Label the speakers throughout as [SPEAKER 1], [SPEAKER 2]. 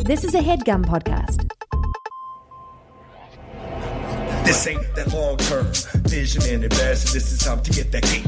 [SPEAKER 1] This is a headgum podcast.
[SPEAKER 2] This ain't that long term vision and investing. This is time to get that cake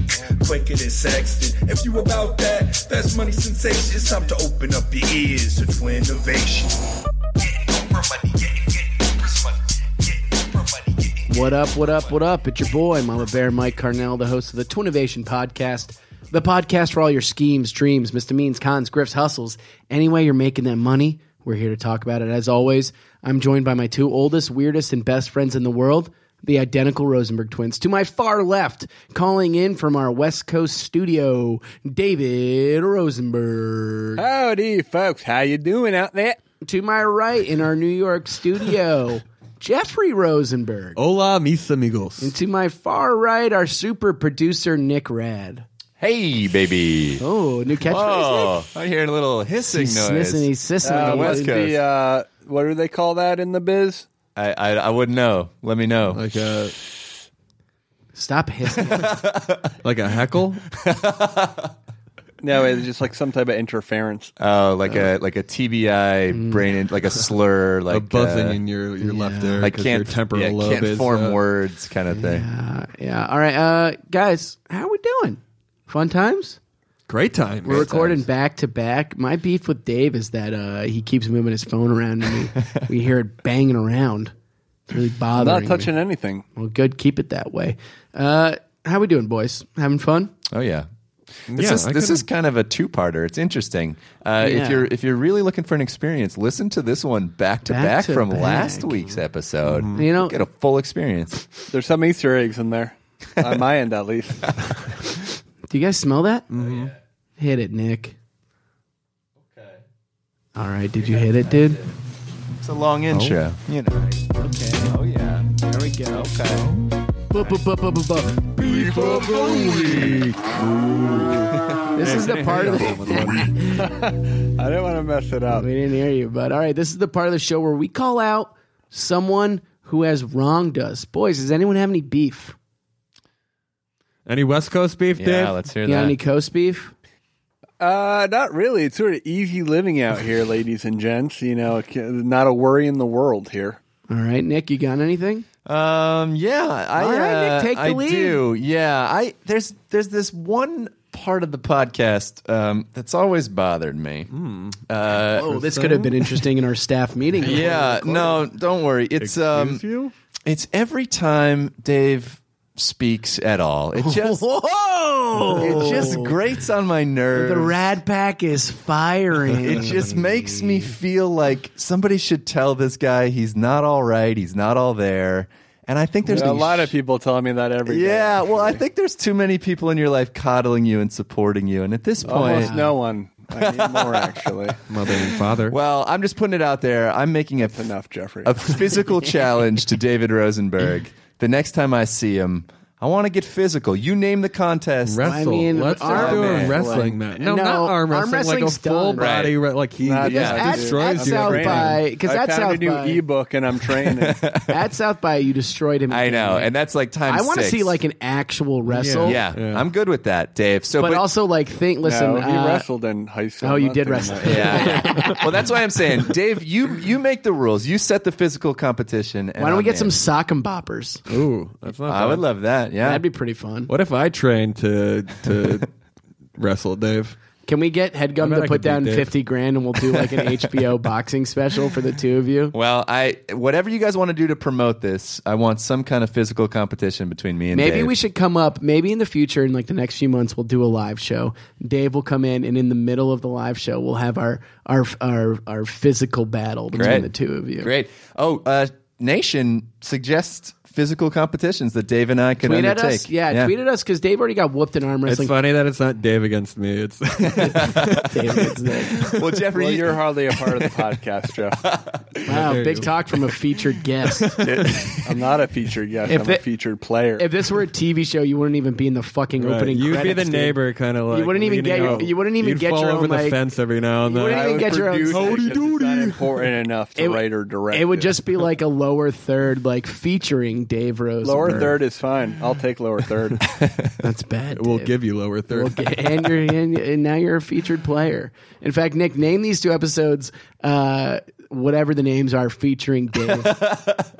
[SPEAKER 2] quicker than Sexton. If you about that, that's money sensation. It's time to open up your ears to twin innovation. Getting Oprah money, getting, getting Oprah's money, getting Oprah money, getting, getting
[SPEAKER 3] What up, what up, what up? It's your boy, Mama Bear Mike Carnell, the host of the Twinnovation Podcast, the podcast for all your schemes, dreams, misdemeans, cons, grifts, hustles. Any way you're making that money, we're here to talk about it. As always, I'm joined by my two oldest, weirdest, and best friends in the world, the identical Rosenberg twins. To my far left, calling in from our West Coast studio, David Rosenberg.
[SPEAKER 4] Howdy, folks. How you doing out there?
[SPEAKER 3] To my right, in our New York studio, Jeffrey Rosenberg.
[SPEAKER 4] Hola, mis amigos.
[SPEAKER 3] To my far right, our super producer Nick Rad.
[SPEAKER 5] Hey, baby.
[SPEAKER 3] Oh, new catchphrase.
[SPEAKER 5] Oh, I'm hearing a little hissing
[SPEAKER 3] Nick. He's
[SPEAKER 5] noise.
[SPEAKER 3] snissing, he's sissing.
[SPEAKER 5] Uh,
[SPEAKER 3] on the
[SPEAKER 5] West
[SPEAKER 3] lid.
[SPEAKER 5] Coast.
[SPEAKER 4] The, uh, what do they call that in the biz?
[SPEAKER 5] I, I, I wouldn't know. Let me know.
[SPEAKER 6] like a
[SPEAKER 3] Stop hissing.
[SPEAKER 6] like a heckle.
[SPEAKER 4] No, it's just like some type of interference.
[SPEAKER 5] Oh, like a like a TBI brain, in, like a slur, like
[SPEAKER 6] a buzzing
[SPEAKER 5] uh,
[SPEAKER 6] in your your left ear.
[SPEAKER 5] like
[SPEAKER 6] 'cause
[SPEAKER 5] can't
[SPEAKER 6] your temporal
[SPEAKER 5] yeah,
[SPEAKER 6] lobe
[SPEAKER 5] can't
[SPEAKER 6] is,
[SPEAKER 5] form
[SPEAKER 6] uh,
[SPEAKER 5] words, kind of thing.
[SPEAKER 3] uh, yeah. All right, uh, guys, how we doing? Fun times.
[SPEAKER 6] Great time.
[SPEAKER 3] We're recording back to back. My beef with Dave is that uh, he keeps moving his phone around, and we, we hear it banging around. It's really
[SPEAKER 4] I'm
[SPEAKER 3] bothering.
[SPEAKER 4] not touching
[SPEAKER 3] me.
[SPEAKER 4] anything.
[SPEAKER 3] Well, good. Keep it that way. Uh, how we doing, boys? Having fun?
[SPEAKER 5] Oh yeah. This
[SPEAKER 6] Yeah,
[SPEAKER 5] is
[SPEAKER 6] I
[SPEAKER 5] this is
[SPEAKER 6] couldn't-
[SPEAKER 5] kind of a two parter. It's interesting. Uh,
[SPEAKER 3] Yeah.
[SPEAKER 5] If you're if you're really looking for an experience, listen to this one back to
[SPEAKER 3] Back
[SPEAKER 5] back,
[SPEAKER 3] to
[SPEAKER 5] from
[SPEAKER 3] back. Mm-hmm.
[SPEAKER 5] last week's episode.
[SPEAKER 3] You know-
[SPEAKER 5] get a full experience.
[SPEAKER 4] There's some Easter eggs in there. On my end, at least.
[SPEAKER 3] Do you guys smell that? Hit it, Nick. Okay. All right. Did you hit it, dude?
[SPEAKER 5] It's a long intro. Oh. You know.
[SPEAKER 3] Okay.
[SPEAKER 5] Oh yeah.
[SPEAKER 3] There we go.
[SPEAKER 5] Okay.
[SPEAKER 3] Bu- bu- bu- bu- bu- bu- Beef of the week. This is the part of the
[SPEAKER 4] I didn't want to mess it up.
[SPEAKER 3] we didn't hear you, but all right, this is the part of the show where we call out someone who has wronged us. Boys, does anyone have any beef?
[SPEAKER 6] Any West Coast beef,
[SPEAKER 5] Yeah,
[SPEAKER 6] Dave?
[SPEAKER 5] let's hear
[SPEAKER 3] You got
[SPEAKER 5] that.
[SPEAKER 3] any coast beef?
[SPEAKER 4] Uh, not really. It's sort of easy living out here, ladies and gents. You know, c- not a worry in the world here.
[SPEAKER 3] All right, Nick, you got anything?
[SPEAKER 5] Um, yeah, I,
[SPEAKER 3] All right, Nick,
[SPEAKER 5] uh,
[SPEAKER 3] take the
[SPEAKER 5] I
[SPEAKER 3] lead.
[SPEAKER 5] do. Yeah, I there's there's this one part of the podcast um, that's always bothered me. Uh,
[SPEAKER 3] Oh, this could have been interesting in our staff meeting.
[SPEAKER 5] yeah, no, don't worry. It's um,
[SPEAKER 6] Excuse you?
[SPEAKER 5] it's every time Dave speaks at all. It just
[SPEAKER 3] Whoa!
[SPEAKER 5] it just grates on my nerves.
[SPEAKER 3] the Rad Pack is firing.
[SPEAKER 5] It just makes me feel like somebody should tell this guy he's not all right. He's not all there. And I think there's
[SPEAKER 4] a
[SPEAKER 5] these
[SPEAKER 4] lot of people tell me that every day.
[SPEAKER 5] Yeah, well, I think there's too many people in your life coddling you and supporting you, and at this point,
[SPEAKER 4] Almost no one. I need more, actually.
[SPEAKER 6] Mother and
[SPEAKER 4] Oh.
[SPEAKER 6] father.
[SPEAKER 5] well, I'm just putting it out there. I'm making a f-
[SPEAKER 4] Enough, Jeffrey.
[SPEAKER 5] a physical challenge to David Rosenberg. The next time I see him, I want to get physical. You name the contest.
[SPEAKER 6] wrestle.
[SPEAKER 3] mean,
[SPEAKER 6] let's
[SPEAKER 3] arm
[SPEAKER 6] start
[SPEAKER 5] wrestling.
[SPEAKER 6] doing wrestling match. No,
[SPEAKER 3] No,
[SPEAKER 6] not arm
[SPEAKER 3] arm
[SPEAKER 6] wrestling. like a
[SPEAKER 3] wrestling's
[SPEAKER 6] full
[SPEAKER 3] done.
[SPEAKER 6] body. Re- like he
[SPEAKER 4] Not
[SPEAKER 6] yeah,
[SPEAKER 4] that
[SPEAKER 3] That's-
[SPEAKER 6] destroys
[SPEAKER 3] that's
[SPEAKER 6] you.
[SPEAKER 3] how
[SPEAKER 6] every
[SPEAKER 4] Training.
[SPEAKER 6] time.
[SPEAKER 3] by- 'cause
[SPEAKER 4] I
[SPEAKER 3] that's
[SPEAKER 4] found
[SPEAKER 3] how
[SPEAKER 4] a new
[SPEAKER 3] by-
[SPEAKER 4] ebook and I'm training.
[SPEAKER 3] At South by, you destroyed him.
[SPEAKER 5] I know,
[SPEAKER 3] again.
[SPEAKER 5] and that's like time.
[SPEAKER 3] I want to
[SPEAKER 5] six.
[SPEAKER 3] see like an actual wrestle.
[SPEAKER 5] yeah,
[SPEAKER 6] Yeah.
[SPEAKER 5] I'm good with that, Dave. So,
[SPEAKER 3] but, also like think. Listen,
[SPEAKER 4] no, he
[SPEAKER 3] uh,
[SPEAKER 4] wrestled in high school.
[SPEAKER 3] Oh, you
[SPEAKER 4] not
[SPEAKER 3] did
[SPEAKER 4] doing
[SPEAKER 3] wrestle.
[SPEAKER 4] that.
[SPEAKER 5] yeah. well, that's why I'm saying, Dave, you you make the rules. You set the physical competition. And
[SPEAKER 3] why don't we
[SPEAKER 5] I'm
[SPEAKER 3] get some
[SPEAKER 5] in.
[SPEAKER 3] sock and boppers?
[SPEAKER 6] Ooh, that's not.
[SPEAKER 5] I
[SPEAKER 6] bad.
[SPEAKER 5] would love that. Yeah,
[SPEAKER 3] That'd be pretty fun.
[SPEAKER 6] What if I trained to to wrestle, Dave?
[SPEAKER 3] Can we get Headgum to
[SPEAKER 6] bet I
[SPEAKER 3] put
[SPEAKER 6] could beat
[SPEAKER 3] down
[SPEAKER 6] Dave.
[SPEAKER 3] fifty grand and we'll do like an HBO boxing special for the two of you?
[SPEAKER 5] Well, I whatever you guys want to do to promote this, I want some kind of physical competition between me and
[SPEAKER 3] Maybe
[SPEAKER 5] Dave.
[SPEAKER 3] we should come up. Maybe in the future, in like the next few months, we'll do a live show. Dave will come in, and in the middle of the live show, we'll have our our our, our physical battle between
[SPEAKER 5] Great.
[SPEAKER 3] the two of you.
[SPEAKER 5] Great. Oh, uh, Nation suggests physical competitions that Dave and I can
[SPEAKER 3] Tweet at
[SPEAKER 5] undertake.
[SPEAKER 3] us, yeah, Tweet at us because Dave already got whooped in arm
[SPEAKER 6] It's
[SPEAKER 3] wrestling.
[SPEAKER 6] funny that it's not Dave against me. It's
[SPEAKER 3] Dave gets there.
[SPEAKER 5] Well, Jeffrey,
[SPEAKER 4] Well,
[SPEAKER 5] you-
[SPEAKER 4] you're hardly a part of the podcast, Jeff.
[SPEAKER 3] Wow,
[SPEAKER 6] There you
[SPEAKER 3] big
[SPEAKER 6] go.
[SPEAKER 3] talk from a featured guest.
[SPEAKER 4] I'm not a featured guest.
[SPEAKER 3] If
[SPEAKER 4] I'm
[SPEAKER 3] they-
[SPEAKER 4] a featured player.
[SPEAKER 3] if this were a TV show, you wouldn't even be in the fucking
[SPEAKER 6] Right.
[SPEAKER 3] opening.
[SPEAKER 6] You'd be
[SPEAKER 3] credits,
[SPEAKER 6] the
[SPEAKER 3] dude.
[SPEAKER 6] neighbor, kind of like
[SPEAKER 3] wouldn't even
[SPEAKER 6] leaning
[SPEAKER 3] get your-
[SPEAKER 6] over.
[SPEAKER 3] you wouldn't even
[SPEAKER 6] You'd
[SPEAKER 3] get
[SPEAKER 6] fall
[SPEAKER 3] your own,
[SPEAKER 6] over the
[SPEAKER 3] like-
[SPEAKER 6] fence every now and
[SPEAKER 3] You
[SPEAKER 6] then.
[SPEAKER 3] wouldn't
[SPEAKER 4] I
[SPEAKER 3] even
[SPEAKER 4] would
[SPEAKER 3] get your own
[SPEAKER 4] produce it
[SPEAKER 3] Howdy
[SPEAKER 4] 'cause It's not
[SPEAKER 6] doody.
[SPEAKER 4] important enough to
[SPEAKER 3] It would-
[SPEAKER 4] write or direct.
[SPEAKER 3] It would just be like a lower third, like featuring Dave Rose.
[SPEAKER 4] lower third is fine. I'll take lower third.
[SPEAKER 3] That's bad.
[SPEAKER 6] We'll
[SPEAKER 3] Dave.
[SPEAKER 6] give you lower third.
[SPEAKER 3] We'll get- and you're and, and now you're a featured player. In fact, Nick, name these two episodes, uh, whatever the names are, featuring Dave,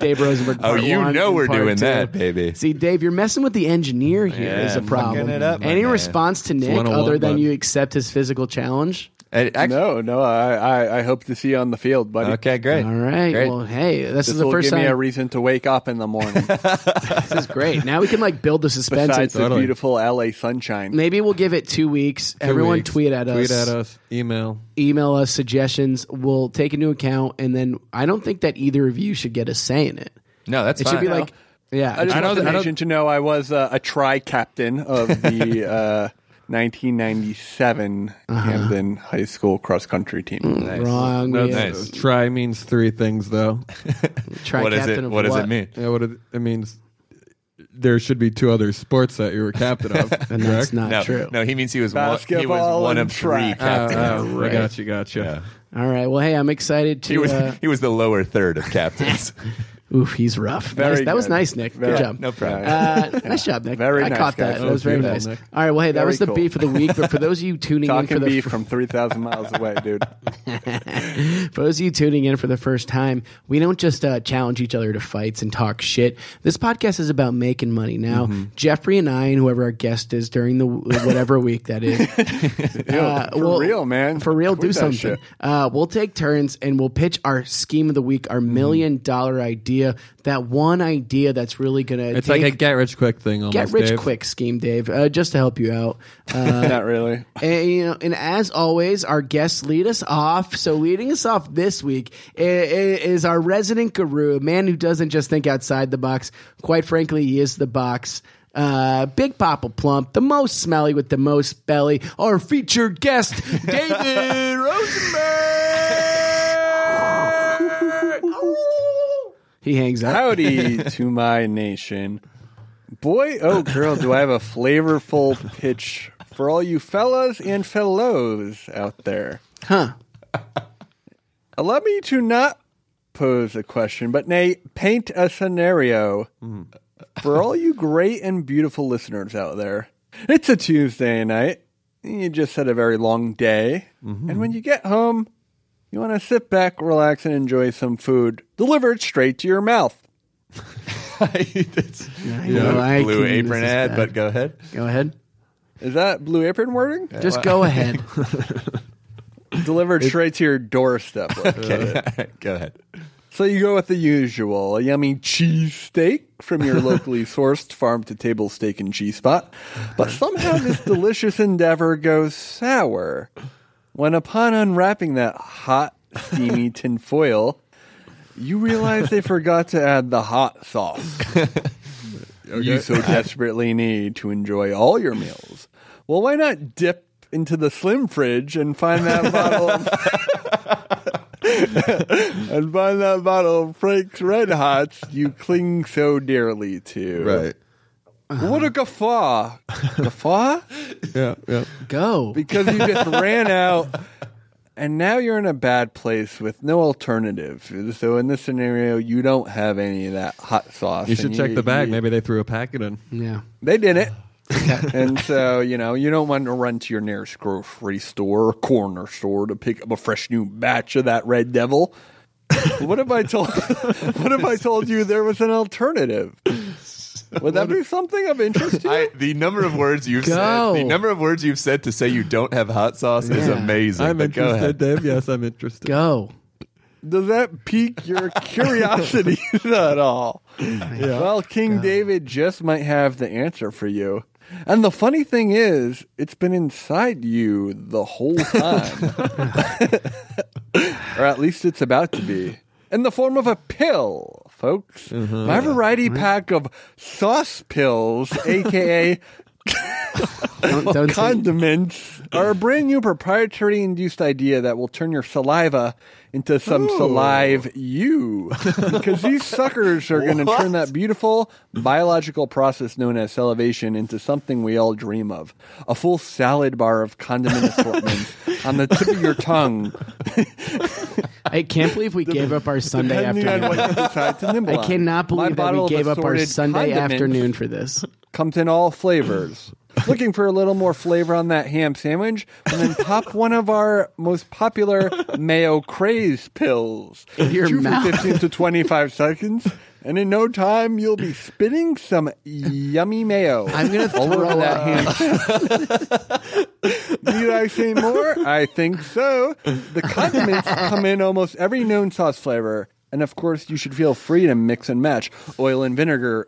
[SPEAKER 3] Dave Rosenberg.
[SPEAKER 5] Oh,
[SPEAKER 3] part
[SPEAKER 5] you
[SPEAKER 3] one
[SPEAKER 5] know
[SPEAKER 3] and
[SPEAKER 5] we're
[SPEAKER 3] part
[SPEAKER 5] doing
[SPEAKER 3] two.
[SPEAKER 5] that, baby.
[SPEAKER 3] See, Dave, you're messing with the engineer here. Is
[SPEAKER 5] Yeah,
[SPEAKER 3] a
[SPEAKER 5] I'm fucking
[SPEAKER 3] problem.
[SPEAKER 5] it up, my
[SPEAKER 3] Any
[SPEAKER 5] man.
[SPEAKER 3] response to Nick
[SPEAKER 6] 101,
[SPEAKER 3] other than
[SPEAKER 6] bud.
[SPEAKER 3] you accept his physical challenge?
[SPEAKER 5] I- Uh, actually-
[SPEAKER 4] no, no. I, I, I hope to see you on the field, buddy.
[SPEAKER 5] Okay, great.
[SPEAKER 3] All right.
[SPEAKER 5] Great.
[SPEAKER 3] Well, hey, this,
[SPEAKER 4] This
[SPEAKER 3] is the
[SPEAKER 4] will
[SPEAKER 3] first
[SPEAKER 4] give me a
[SPEAKER 3] time.
[SPEAKER 4] reason to wake up in the morning.
[SPEAKER 3] this is great. Now we can like build the suspense.
[SPEAKER 4] besides the
[SPEAKER 6] Totally.
[SPEAKER 4] beautiful LA sunshine.
[SPEAKER 3] Maybe we'll give it two weeks.
[SPEAKER 6] Two
[SPEAKER 3] Everyone
[SPEAKER 6] weeks.
[SPEAKER 3] tweet at
[SPEAKER 6] Tweet
[SPEAKER 3] us.
[SPEAKER 6] at us. Email.
[SPEAKER 3] Email us suggestions. We'll take into account, and then I don't think that either of you should get a say in it.
[SPEAKER 5] No, that's
[SPEAKER 3] It
[SPEAKER 5] fine.
[SPEAKER 3] should be
[SPEAKER 5] No.
[SPEAKER 3] like, yeah,
[SPEAKER 4] I just
[SPEAKER 6] I
[SPEAKER 4] want
[SPEAKER 6] don't-
[SPEAKER 4] the
[SPEAKER 6] I don't-
[SPEAKER 4] nation to know I was uh, a tri captain of the uh, 1997
[SPEAKER 3] Uh-huh.
[SPEAKER 4] Camden High School cross country team.
[SPEAKER 3] Mm, wrong.
[SPEAKER 6] No,
[SPEAKER 3] We-
[SPEAKER 5] Nice.
[SPEAKER 6] Try means three things, though.
[SPEAKER 3] Try
[SPEAKER 5] what is
[SPEAKER 3] captain
[SPEAKER 5] it?
[SPEAKER 3] of
[SPEAKER 5] What does it mean?
[SPEAKER 6] yeah, what it, it means. There should be two other sports that you were captain of.
[SPEAKER 3] And that's
[SPEAKER 6] correct?
[SPEAKER 3] not
[SPEAKER 5] No,
[SPEAKER 3] true.
[SPEAKER 5] no, he means he was one, he
[SPEAKER 4] Basketball
[SPEAKER 5] was one
[SPEAKER 4] and
[SPEAKER 5] of three
[SPEAKER 4] track.
[SPEAKER 6] Oh,
[SPEAKER 5] captains.
[SPEAKER 6] oh,
[SPEAKER 3] Right.
[SPEAKER 6] I got you. Got you.
[SPEAKER 3] All right. Well, hey, I'm excited to.
[SPEAKER 5] He was
[SPEAKER 3] uh,
[SPEAKER 5] he was the lower third of captains.
[SPEAKER 3] oof, he's rough.
[SPEAKER 4] Very
[SPEAKER 3] Nice- That was
[SPEAKER 4] good.
[SPEAKER 3] nice, Nick.
[SPEAKER 4] Very-
[SPEAKER 3] good job.
[SPEAKER 5] no problem.
[SPEAKER 3] Uh, nice job, Nick.
[SPEAKER 4] Very
[SPEAKER 3] I
[SPEAKER 4] nice,
[SPEAKER 3] caught that.
[SPEAKER 4] guys. That
[SPEAKER 3] That was
[SPEAKER 6] was
[SPEAKER 3] very
[SPEAKER 6] beautiful,
[SPEAKER 3] nice.
[SPEAKER 6] Nick.
[SPEAKER 3] All right. Well, hey, that
[SPEAKER 4] Very
[SPEAKER 3] was the
[SPEAKER 4] cool.
[SPEAKER 3] beef of the week. But for those of you tuning in for
[SPEAKER 4] Talking
[SPEAKER 3] the
[SPEAKER 4] beef from 3,000 miles away, dude.
[SPEAKER 3] For those of you tuning in for the first time, we don't just uh, challenge each other to fights and talk shit. This podcast is about making money. Now,
[SPEAKER 4] Mm-hmm.
[SPEAKER 3] Jeffrey and I, and whoever our guest is during the uh, whatever week that is, uh,
[SPEAKER 4] for real, man.
[SPEAKER 3] for real,
[SPEAKER 4] Tweet
[SPEAKER 3] do
[SPEAKER 4] that
[SPEAKER 3] something.
[SPEAKER 4] shit.
[SPEAKER 3] Uh, we'll take turns and we'll pitch our scheme of the week, our
[SPEAKER 4] Mm-hmm.
[SPEAKER 3] million dollar idea, that one idea that's really gonna
[SPEAKER 6] It's
[SPEAKER 3] take-
[SPEAKER 6] like a get rich quick thing. Almost,
[SPEAKER 3] get rich
[SPEAKER 6] Dave.
[SPEAKER 3] quick scheme, Dave, uh, just to help you out. Uh,
[SPEAKER 4] Not really.
[SPEAKER 3] and, you know, and as always, our guests lead us off. So, leading us off this week i- i- is our resident guru, a man who doesn't just think outside the box. Quite frankly, he is the box. Uh, Big Papa Plump, the most smelly with the most belly. Our featured guest, David Rosenberg. he hangs up.
[SPEAKER 4] Howdy to my nation. Boy, oh girl, do I have a flavorful pitch for all you fellas and fellows out there.
[SPEAKER 3] Huh.
[SPEAKER 4] Allow me to not pose a question, but nay, paint a scenario for all you great and beautiful listeners out there. It's a Tuesday night. You just had a very long day. And when you get home, you want to sit back, relax, and enjoy some food delivered straight to your mouth.
[SPEAKER 5] It's-
[SPEAKER 3] know, I
[SPEAKER 5] blue
[SPEAKER 3] can-
[SPEAKER 5] apron
[SPEAKER 3] this is
[SPEAKER 5] ad,
[SPEAKER 3] bad.
[SPEAKER 5] but go ahead.
[SPEAKER 3] Go ahead.
[SPEAKER 4] Is that blue apron wording?
[SPEAKER 3] Just go ahead.
[SPEAKER 4] Delivered straight to your doorstep. uh.
[SPEAKER 5] go ahead.
[SPEAKER 4] So you go with the usual, a yummy cheese steak from your locally sourced farm to table steak and cheese spot. But somehow this delicious endeavor goes sour when upon unwrapping that hot, steamy tin foil, you realize they forgot to add the hot sauce you so desperately need to enjoy all your meals. Well, why not dip into the slim fridge and find that bottle of and find that bottle of Frank's Red Hots you cling so dearly to.
[SPEAKER 6] Right.
[SPEAKER 4] What a guffaw. Guffaw?
[SPEAKER 6] Yeah. Yeah.
[SPEAKER 3] Go.
[SPEAKER 4] Because you just ran out and now you're in a bad place with no alternative. So in this scenario, you don't have any of that hot sauce.
[SPEAKER 6] You should
[SPEAKER 4] and
[SPEAKER 6] check the bag.
[SPEAKER 4] you-
[SPEAKER 6] Maybe they threw a packet in.
[SPEAKER 3] Yeah.
[SPEAKER 4] They did it. and so, you know, you don't want to run to your nearest grocery store or corner store to pick up a fresh new batch of that red devil. what if I told what if I told you there was an alternative? Would that be something of interest to you?
[SPEAKER 5] I, the number of words you've
[SPEAKER 3] Go.
[SPEAKER 5] said, the number of words you've said to say you don't have hot sauce is
[SPEAKER 3] Yeah.
[SPEAKER 5] amazing.
[SPEAKER 6] I'm
[SPEAKER 5] but go
[SPEAKER 6] interested,
[SPEAKER 5] ahead.
[SPEAKER 6] Dave. Yes, I'm interested.
[SPEAKER 3] Go.
[SPEAKER 4] Does that pique your curiosity at all? Well, King David just might have the answer for you. And the funny thing is, it's been inside you the whole time. or at least it's about to be. In the form of a pill, folks. My variety pack of sauce pills, aka
[SPEAKER 3] Don't, don't say-
[SPEAKER 4] Condiments are a brand new proprietary induced idea that will turn your saliva into some salive you. Because these suckers are going to turn that beautiful biological process known as salivation into something we all dream of a full salad bar of condiment assortments on the tip of your tongue.
[SPEAKER 3] I can't believe we gave up our Sunday
[SPEAKER 4] Depending on
[SPEAKER 3] afternoon.
[SPEAKER 4] what you decide to nibble
[SPEAKER 3] I
[SPEAKER 4] on.
[SPEAKER 3] cannot
[SPEAKER 4] My
[SPEAKER 3] believe that
[SPEAKER 4] bottle
[SPEAKER 3] we
[SPEAKER 4] of
[SPEAKER 3] gave up our
[SPEAKER 4] assorted
[SPEAKER 3] Sunday
[SPEAKER 4] condiments
[SPEAKER 3] afternoon for this.
[SPEAKER 4] comes in all flavors. Looking for a little more flavor on that ham sandwich? And then pop one of our most popular mayo craze pills.
[SPEAKER 3] Your
[SPEAKER 4] Chew
[SPEAKER 3] mouth.
[SPEAKER 4] for 15 to 25 seconds, and in no time you'll be spitting some yummy mayo.
[SPEAKER 3] I'm gonna
[SPEAKER 4] all over
[SPEAKER 3] throw
[SPEAKER 4] that
[SPEAKER 3] up.
[SPEAKER 4] ham. sandwich. Need I say more? I think so. The condiments come in almost every known sauce flavor. And of course, you should feel free to mix and match oil and vinegar,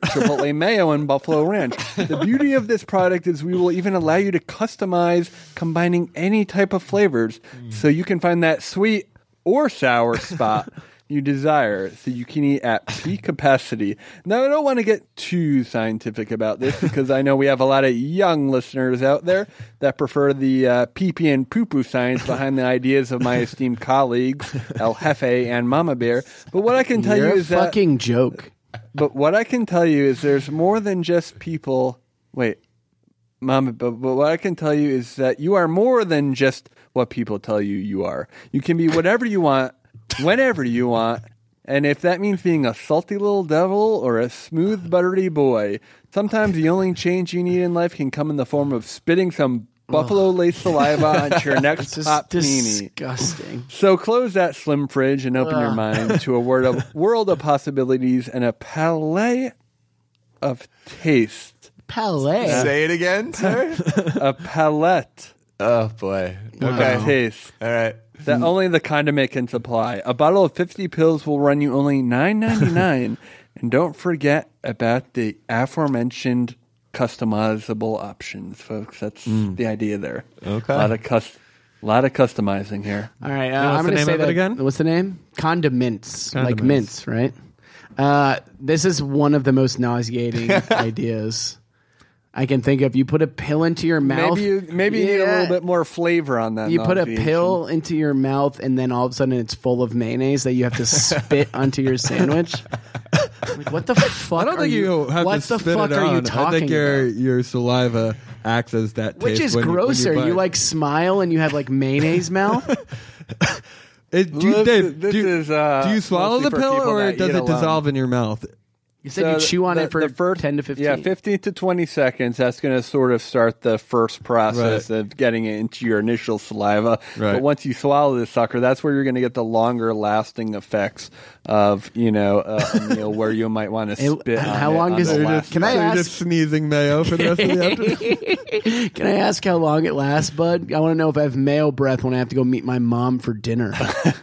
[SPEAKER 4] chipotle mayo, and buffalo ranch. The beauty of this product is we will even allow you to customize combining any type of flavors
[SPEAKER 3] Mm.
[SPEAKER 4] so you can find that sweet or sour spot you desire so you can eat at peak capacity. Now, I don't want to get too scientific about this because I know we have a lot of young listeners out there that prefer the uh, pee pee and poo poo science behind the ideas of my esteemed colleagues, El Jefe and Mama Bear. But what I can tell
[SPEAKER 3] You're
[SPEAKER 4] you
[SPEAKER 3] a
[SPEAKER 4] is that
[SPEAKER 3] fucking joke.
[SPEAKER 4] but what I can tell you is there's more than just people. Wait, mom, but, but what I can tell you is that you are more than just what people tell you you are. You can be whatever you want, whenever you want. And if that means being a salty little devil or a smooth, buttery boy, sometimes the only change you need in life can come in the form of spitting some buffalo lace saliva onto your next
[SPEAKER 3] Just
[SPEAKER 4] hot panini.
[SPEAKER 3] disgusting.
[SPEAKER 4] So close that slim fridge and open your mind to a word of, world of possibilities and a palette of taste.
[SPEAKER 3] Palais.
[SPEAKER 5] Say it again, sir.
[SPEAKER 4] A palette
[SPEAKER 5] oh boy. Okay.
[SPEAKER 4] of taste
[SPEAKER 5] All right.
[SPEAKER 4] that
[SPEAKER 3] Hmm.
[SPEAKER 4] only the condiment can supply. A bottle of 50 pills will run you only $9.99. and don't forget about the aforementioned customizable options, folks. That's
[SPEAKER 3] Hmm.
[SPEAKER 4] the idea there.
[SPEAKER 5] Okay.
[SPEAKER 4] A lot of, cus- lot of customizing here.
[SPEAKER 3] All right, uh,
[SPEAKER 6] what's
[SPEAKER 3] I'm going
[SPEAKER 6] the
[SPEAKER 3] to
[SPEAKER 6] name
[SPEAKER 3] say
[SPEAKER 6] of it
[SPEAKER 3] that
[SPEAKER 6] again?
[SPEAKER 3] What's the name? Condiments, like mints,
[SPEAKER 6] Condiments.
[SPEAKER 3] right? Uh, this is one of the most nauseating ideas I can think of. You put a pill into your mouth.
[SPEAKER 4] Maybe you, maybe you need a
[SPEAKER 3] Yeah.
[SPEAKER 4] little bit more flavor on that.
[SPEAKER 3] You put a
[SPEAKER 4] nauseation.
[SPEAKER 3] pill into your mouth, and then all of a sudden it's full of mayonnaise that you have to spit onto your sandwich. Like, what the fuck?
[SPEAKER 6] I don't
[SPEAKER 3] are
[SPEAKER 6] think you, have
[SPEAKER 3] what
[SPEAKER 6] to
[SPEAKER 3] the
[SPEAKER 6] spit
[SPEAKER 3] fuck
[SPEAKER 6] it
[SPEAKER 3] are you
[SPEAKER 6] on.
[SPEAKER 3] talking
[SPEAKER 6] I think your
[SPEAKER 3] about?
[SPEAKER 6] your saliva acts as that.
[SPEAKER 3] Which
[SPEAKER 6] taste
[SPEAKER 3] is
[SPEAKER 6] when you- when
[SPEAKER 3] grosser? You,
[SPEAKER 6] bite.
[SPEAKER 3] like smile and you have like mayonnaise mouth.
[SPEAKER 6] It, do, you-
[SPEAKER 4] Well,
[SPEAKER 6] Dave,
[SPEAKER 4] this
[SPEAKER 6] do you-
[SPEAKER 4] is, uh,
[SPEAKER 6] do you swallow the
[SPEAKER 4] mostly for
[SPEAKER 6] pill
[SPEAKER 4] people
[SPEAKER 6] or
[SPEAKER 4] that
[SPEAKER 6] does
[SPEAKER 4] eat
[SPEAKER 6] it
[SPEAKER 4] alone.
[SPEAKER 6] dissolve in your mouth?
[SPEAKER 3] You said you chew on
[SPEAKER 4] the-
[SPEAKER 3] it for
[SPEAKER 4] the first-
[SPEAKER 3] ten to fifteen.
[SPEAKER 4] Yeah, 15 to 20 seconds. That's going to sort of start the first process
[SPEAKER 6] Right.
[SPEAKER 4] of getting it into your initial saliva.
[SPEAKER 6] Right.
[SPEAKER 4] But once you swallow this sucker, that's where you're going to get the longer lasting effects of, you know, a, a meal where you might want to
[SPEAKER 3] It-
[SPEAKER 4] spit. on
[SPEAKER 3] how
[SPEAKER 4] it
[SPEAKER 3] long
[SPEAKER 4] on
[SPEAKER 3] does
[SPEAKER 4] the
[SPEAKER 3] it-
[SPEAKER 4] last
[SPEAKER 3] can I
[SPEAKER 4] bite.
[SPEAKER 6] So you're
[SPEAKER 3] ask-
[SPEAKER 6] just sneezing mayo for the rest of the afternoon.
[SPEAKER 3] Can I ask how long it lasts, bud? I want to know if I have male breath when I have to go meet my mom for dinner.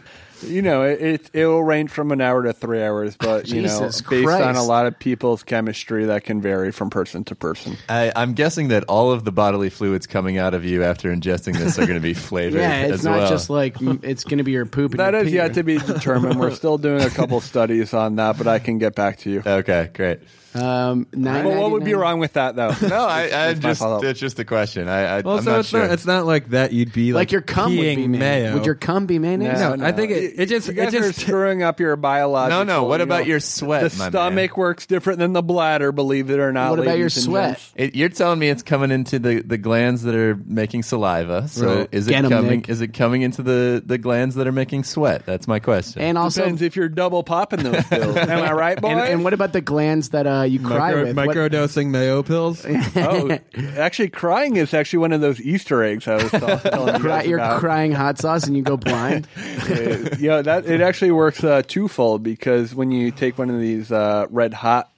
[SPEAKER 4] You know, it, it it will range from an hour to three hours, but you know,
[SPEAKER 3] Jesus
[SPEAKER 4] based on a
[SPEAKER 3] Christ.
[SPEAKER 4] lot of people's chemistry, that can vary from person to person.
[SPEAKER 5] I, I'm guessing that all of the bodily fluids coming out of you after ingesting this are going to be flavored.
[SPEAKER 3] yeah, it's
[SPEAKER 5] as
[SPEAKER 3] not
[SPEAKER 5] well.
[SPEAKER 3] just like mm, it's going to be your poop. And
[SPEAKER 4] That
[SPEAKER 3] your
[SPEAKER 4] is
[SPEAKER 3] pee,
[SPEAKER 4] yet
[SPEAKER 3] right?
[SPEAKER 4] to be determined. We're still doing a couple studies on that, but I can get back to you.
[SPEAKER 5] Okay, great.
[SPEAKER 3] Um, nine
[SPEAKER 4] Well, what would be
[SPEAKER 3] ninety-nine?
[SPEAKER 4] wrong with that, though?
[SPEAKER 5] No, I, I
[SPEAKER 4] my
[SPEAKER 5] just
[SPEAKER 4] follow-up.
[SPEAKER 5] it's just a question. I, I
[SPEAKER 6] Well,
[SPEAKER 5] I'm
[SPEAKER 6] so
[SPEAKER 5] not
[SPEAKER 6] it's
[SPEAKER 5] sure.
[SPEAKER 6] not it's not like that. You'd be
[SPEAKER 3] Like
[SPEAKER 6] like,
[SPEAKER 3] your cum would
[SPEAKER 6] peeing
[SPEAKER 3] be mayo.
[SPEAKER 6] mayo.
[SPEAKER 3] Would your cum be mayonnaise?
[SPEAKER 6] No, I think it- it just-
[SPEAKER 4] you
[SPEAKER 6] it
[SPEAKER 4] guys are
[SPEAKER 6] just-
[SPEAKER 4] screwing up your biological.
[SPEAKER 5] No, no, what
[SPEAKER 4] you
[SPEAKER 5] about
[SPEAKER 4] know,
[SPEAKER 5] your sweat,
[SPEAKER 4] The
[SPEAKER 5] my man?
[SPEAKER 4] stomach works different than the bladder, believe it or not.
[SPEAKER 3] What about your
[SPEAKER 4] ladies and
[SPEAKER 3] sweat?
[SPEAKER 4] gents.
[SPEAKER 5] It, you're telling me it's coming into the, the glands that are making saliva. So
[SPEAKER 6] Right.
[SPEAKER 5] is it
[SPEAKER 3] Get 'em,
[SPEAKER 5] coming?
[SPEAKER 3] Nick.
[SPEAKER 5] Is it coming into the, the glands that are making sweat? That's my question.
[SPEAKER 3] And also,
[SPEAKER 4] Depends
[SPEAKER 3] and,
[SPEAKER 4] if you're double popping those pills. Am I right, boy?
[SPEAKER 3] and what about the glands that uh, you cry
[SPEAKER 6] micro,
[SPEAKER 3] with? What-
[SPEAKER 6] microdosing mayo pills?
[SPEAKER 4] oh, actually, crying is actually one of those Easter eggs I was tell- telling you
[SPEAKER 3] cry,
[SPEAKER 4] guys
[SPEAKER 3] you're
[SPEAKER 4] about.
[SPEAKER 3] crying hot sauce and you go blind.
[SPEAKER 4] it, you know, that it actually works uh, twofold because when you take one of these uh, red hot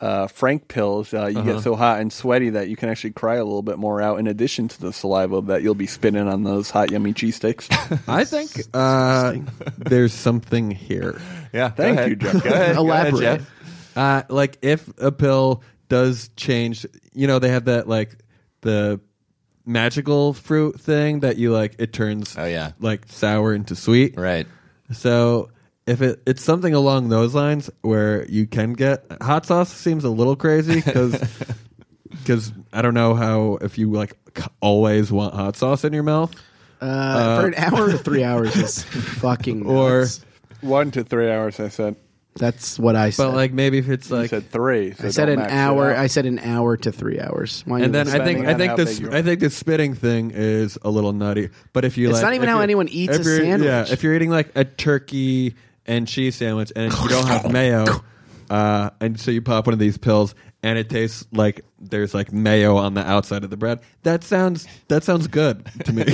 [SPEAKER 4] uh, Frank pills, uh, you
[SPEAKER 3] Uh-huh.
[SPEAKER 4] get so hot and sweaty that you can actually cry a little bit more out. In addition to the saliva that you'll be spitting on those hot yummy cheesesteaks.
[SPEAKER 6] I think uh, there's something here.
[SPEAKER 5] yeah, go
[SPEAKER 4] Thank
[SPEAKER 5] ahead.
[SPEAKER 4] you, Jeff.
[SPEAKER 5] Go ahead, go ahead,
[SPEAKER 3] Elaborate.
[SPEAKER 5] Jeff.
[SPEAKER 6] Uh, like if a pill does change, you know they have that like the magical fruit thing that you like. It turns
[SPEAKER 5] Oh, yeah.
[SPEAKER 6] like sour into sweet.
[SPEAKER 5] Right.
[SPEAKER 6] So if it it's something along those lines where you can get hot sauce seems a little crazy because because I don't know how if you like c- always want hot sauce in your mouth
[SPEAKER 3] Uh, for an hour or three hours is fucking
[SPEAKER 6] or
[SPEAKER 3] nuts.
[SPEAKER 4] One to three hours, I said.
[SPEAKER 3] that's what I said.
[SPEAKER 6] but like maybe if it's
[SPEAKER 4] I
[SPEAKER 6] like
[SPEAKER 4] said three. so
[SPEAKER 3] I said
[SPEAKER 4] don't
[SPEAKER 3] an
[SPEAKER 4] max it
[SPEAKER 3] hour.
[SPEAKER 4] out.
[SPEAKER 3] I said an hour to three hours. Why you
[SPEAKER 6] and then I
[SPEAKER 3] listening?
[SPEAKER 6] think
[SPEAKER 4] Depending
[SPEAKER 6] I
[SPEAKER 4] on
[SPEAKER 6] think
[SPEAKER 4] how
[SPEAKER 6] this
[SPEAKER 4] big you are.
[SPEAKER 6] I think the spitting thing is a little nutty. But if you
[SPEAKER 3] It's
[SPEAKER 6] like,
[SPEAKER 3] not even
[SPEAKER 6] if
[SPEAKER 3] how
[SPEAKER 6] you're-
[SPEAKER 3] anyone eats
[SPEAKER 6] if
[SPEAKER 3] a
[SPEAKER 6] you're-
[SPEAKER 3] sandwich.
[SPEAKER 6] Yeah, if you're eating like a turkey and cheese sandwich and you don't have mayo, uh, and so you pop one of these pills and it tastes like there's like mayo on the outside of the bread. That sounds that sounds good to me,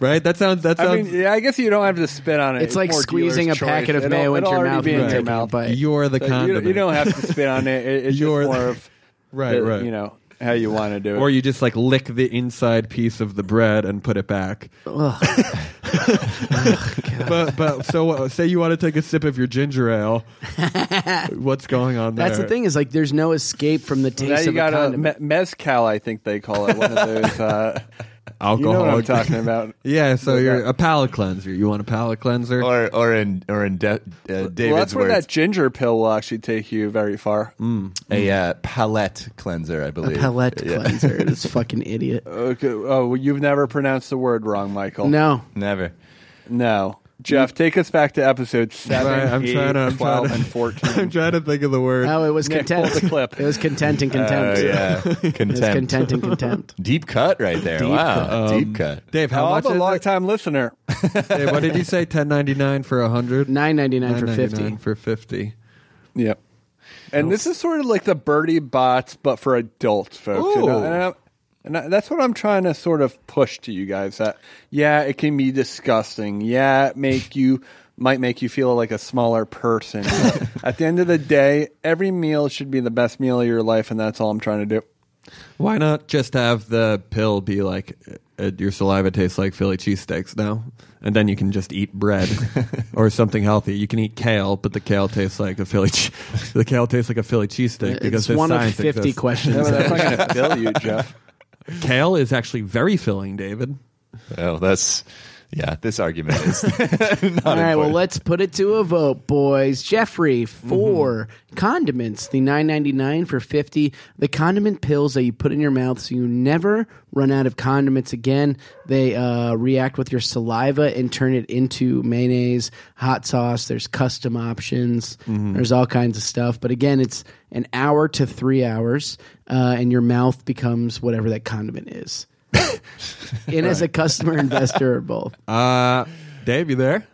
[SPEAKER 6] right? That sounds that sounds.
[SPEAKER 4] I mean, yeah, I guess you don't have to spit on it.
[SPEAKER 3] It's like
[SPEAKER 4] more
[SPEAKER 3] squeezing
[SPEAKER 4] dealer's
[SPEAKER 3] a packet
[SPEAKER 4] choice.
[SPEAKER 3] of mayo
[SPEAKER 4] It'll-
[SPEAKER 3] into your
[SPEAKER 4] it'll already
[SPEAKER 3] mouth
[SPEAKER 4] be
[SPEAKER 3] and
[SPEAKER 4] in your
[SPEAKER 3] taking a
[SPEAKER 4] mouth.
[SPEAKER 3] bite.
[SPEAKER 6] You're the
[SPEAKER 4] So you,
[SPEAKER 6] condiment.
[SPEAKER 4] don't- you don't have to spit on it. It- It's
[SPEAKER 6] You're-
[SPEAKER 4] just more of
[SPEAKER 6] Right,
[SPEAKER 4] the-
[SPEAKER 6] right.
[SPEAKER 4] You know how you want to do it.
[SPEAKER 6] or you just like lick the inside piece of the bread and put it back. but but so uh, say you want to take a sip of your ginger ale. What's going on there?
[SPEAKER 3] That's the thing is like there's no escape from the taste
[SPEAKER 4] now
[SPEAKER 3] of
[SPEAKER 4] you
[SPEAKER 3] a
[SPEAKER 4] got a me-
[SPEAKER 3] condiment.
[SPEAKER 4] mezcal, I think they call it. One of those. Uh, you
[SPEAKER 6] Alcohol.
[SPEAKER 4] know what I'm talking about.
[SPEAKER 6] yeah, so
[SPEAKER 4] Like
[SPEAKER 6] you're
[SPEAKER 4] that.
[SPEAKER 6] a palate cleanser. You want a palate cleanser?
[SPEAKER 5] or or in or in De- uh, David's
[SPEAKER 4] Well, that's where
[SPEAKER 5] words,
[SPEAKER 4] that ginger pill will actually take you very far.
[SPEAKER 5] a uh, palette cleanser, I believe.
[SPEAKER 3] Palette
[SPEAKER 5] Yeah.
[SPEAKER 3] cleanser. This fucking idiot.
[SPEAKER 4] Okay. Oh, well, you've never pronounced the word wrong, Michael.
[SPEAKER 3] No.
[SPEAKER 5] Never.
[SPEAKER 4] No. Jeff, take us back to episode 7,
[SPEAKER 6] Right, I'm
[SPEAKER 4] eight,
[SPEAKER 6] trying to- I'm
[SPEAKER 4] 12,
[SPEAKER 6] trying to-
[SPEAKER 4] and 14.
[SPEAKER 6] I'm trying to think of the word.
[SPEAKER 3] Oh, it was
[SPEAKER 4] Nick,
[SPEAKER 3] content.
[SPEAKER 4] pull the Uh, clip.
[SPEAKER 3] It was content and
[SPEAKER 5] Oh
[SPEAKER 3] contempt.
[SPEAKER 5] yeah,
[SPEAKER 3] It was
[SPEAKER 5] contempt.
[SPEAKER 3] content and contempt.
[SPEAKER 5] Deep cut right there.
[SPEAKER 3] Deep
[SPEAKER 5] wow,
[SPEAKER 3] cut.
[SPEAKER 5] deep cut.
[SPEAKER 6] Dave, how
[SPEAKER 4] Oh,
[SPEAKER 6] much
[SPEAKER 4] I'm a
[SPEAKER 6] is
[SPEAKER 4] long
[SPEAKER 6] it?
[SPEAKER 4] time listener.
[SPEAKER 6] Dave, what did you say? 10.99 for 100?
[SPEAKER 3] Nine ninety nine for fifty.
[SPEAKER 6] 9.99 for 50.
[SPEAKER 4] yep. And this is sort of like the birdie bots, but for adults, folks. And, I-
[SPEAKER 5] Ooh.
[SPEAKER 4] and, I- and I- that's what I'm trying to sort of push to you guys. That yeah, it can be disgusting. Yeah, it make you might make you feel like a smaller person. But at the end of the day, every meal should be the best meal of your life, and that's all I'm trying to do.
[SPEAKER 6] Why not just have the pill be like uh, your saliva tastes like Philly cheesesteaks now? And then you can just eat bread or something healthy. You can eat kale, but the kale tastes like a Philly che- the kale tastes like a Philly cheesesteak because
[SPEAKER 3] It's
[SPEAKER 6] there's
[SPEAKER 3] one of
[SPEAKER 6] science
[SPEAKER 3] fifty
[SPEAKER 6] exists.
[SPEAKER 4] No,
[SPEAKER 3] questions.
[SPEAKER 4] that's not going to fill you, Jeff.
[SPEAKER 6] Kale is actually very filling, David.
[SPEAKER 5] Oh, that's yeah. This argument is not
[SPEAKER 3] All right, well,
[SPEAKER 5] important.
[SPEAKER 3] let's put it to a vote, boys. Jeffrey, 4 condiments, the nine ninety nine for fifty, the condiment pills that you put in your mouth so you never run out of condiments again. They uh, react with your saliva and turn it into mayonnaise, hot sauce. There's custom options. There's all kinds of stuff. But again, it's an hour to three hours, uh, and your mouth becomes whatever that condiment is. and as a customer, investor, or both.
[SPEAKER 6] Uh, Dave, you there?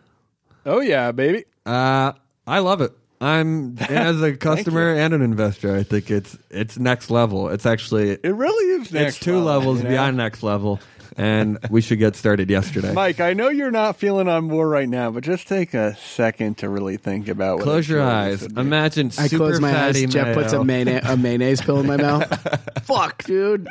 [SPEAKER 4] Oh yeah, baby.
[SPEAKER 6] Uh, I love it. I'm as a customer and an investor. I think it's it's next level. It's actually
[SPEAKER 4] It really is. Next
[SPEAKER 6] it's two
[SPEAKER 4] level,
[SPEAKER 6] levels
[SPEAKER 4] you know?
[SPEAKER 6] beyond next level, and we should get started yesterday.
[SPEAKER 4] Mike, I know you're not feeling on war right now, but just take a second to really think about. What
[SPEAKER 6] Close
[SPEAKER 4] it
[SPEAKER 6] your
[SPEAKER 4] truly
[SPEAKER 6] eyes.
[SPEAKER 4] should be.
[SPEAKER 6] Imagine
[SPEAKER 3] I
[SPEAKER 6] super
[SPEAKER 3] close my eyes.
[SPEAKER 6] fatty
[SPEAKER 3] Jeff puts a,
[SPEAKER 6] mayo.
[SPEAKER 3] mayonnaise, a mayonnaise pill in my mouth. Fuck, dude.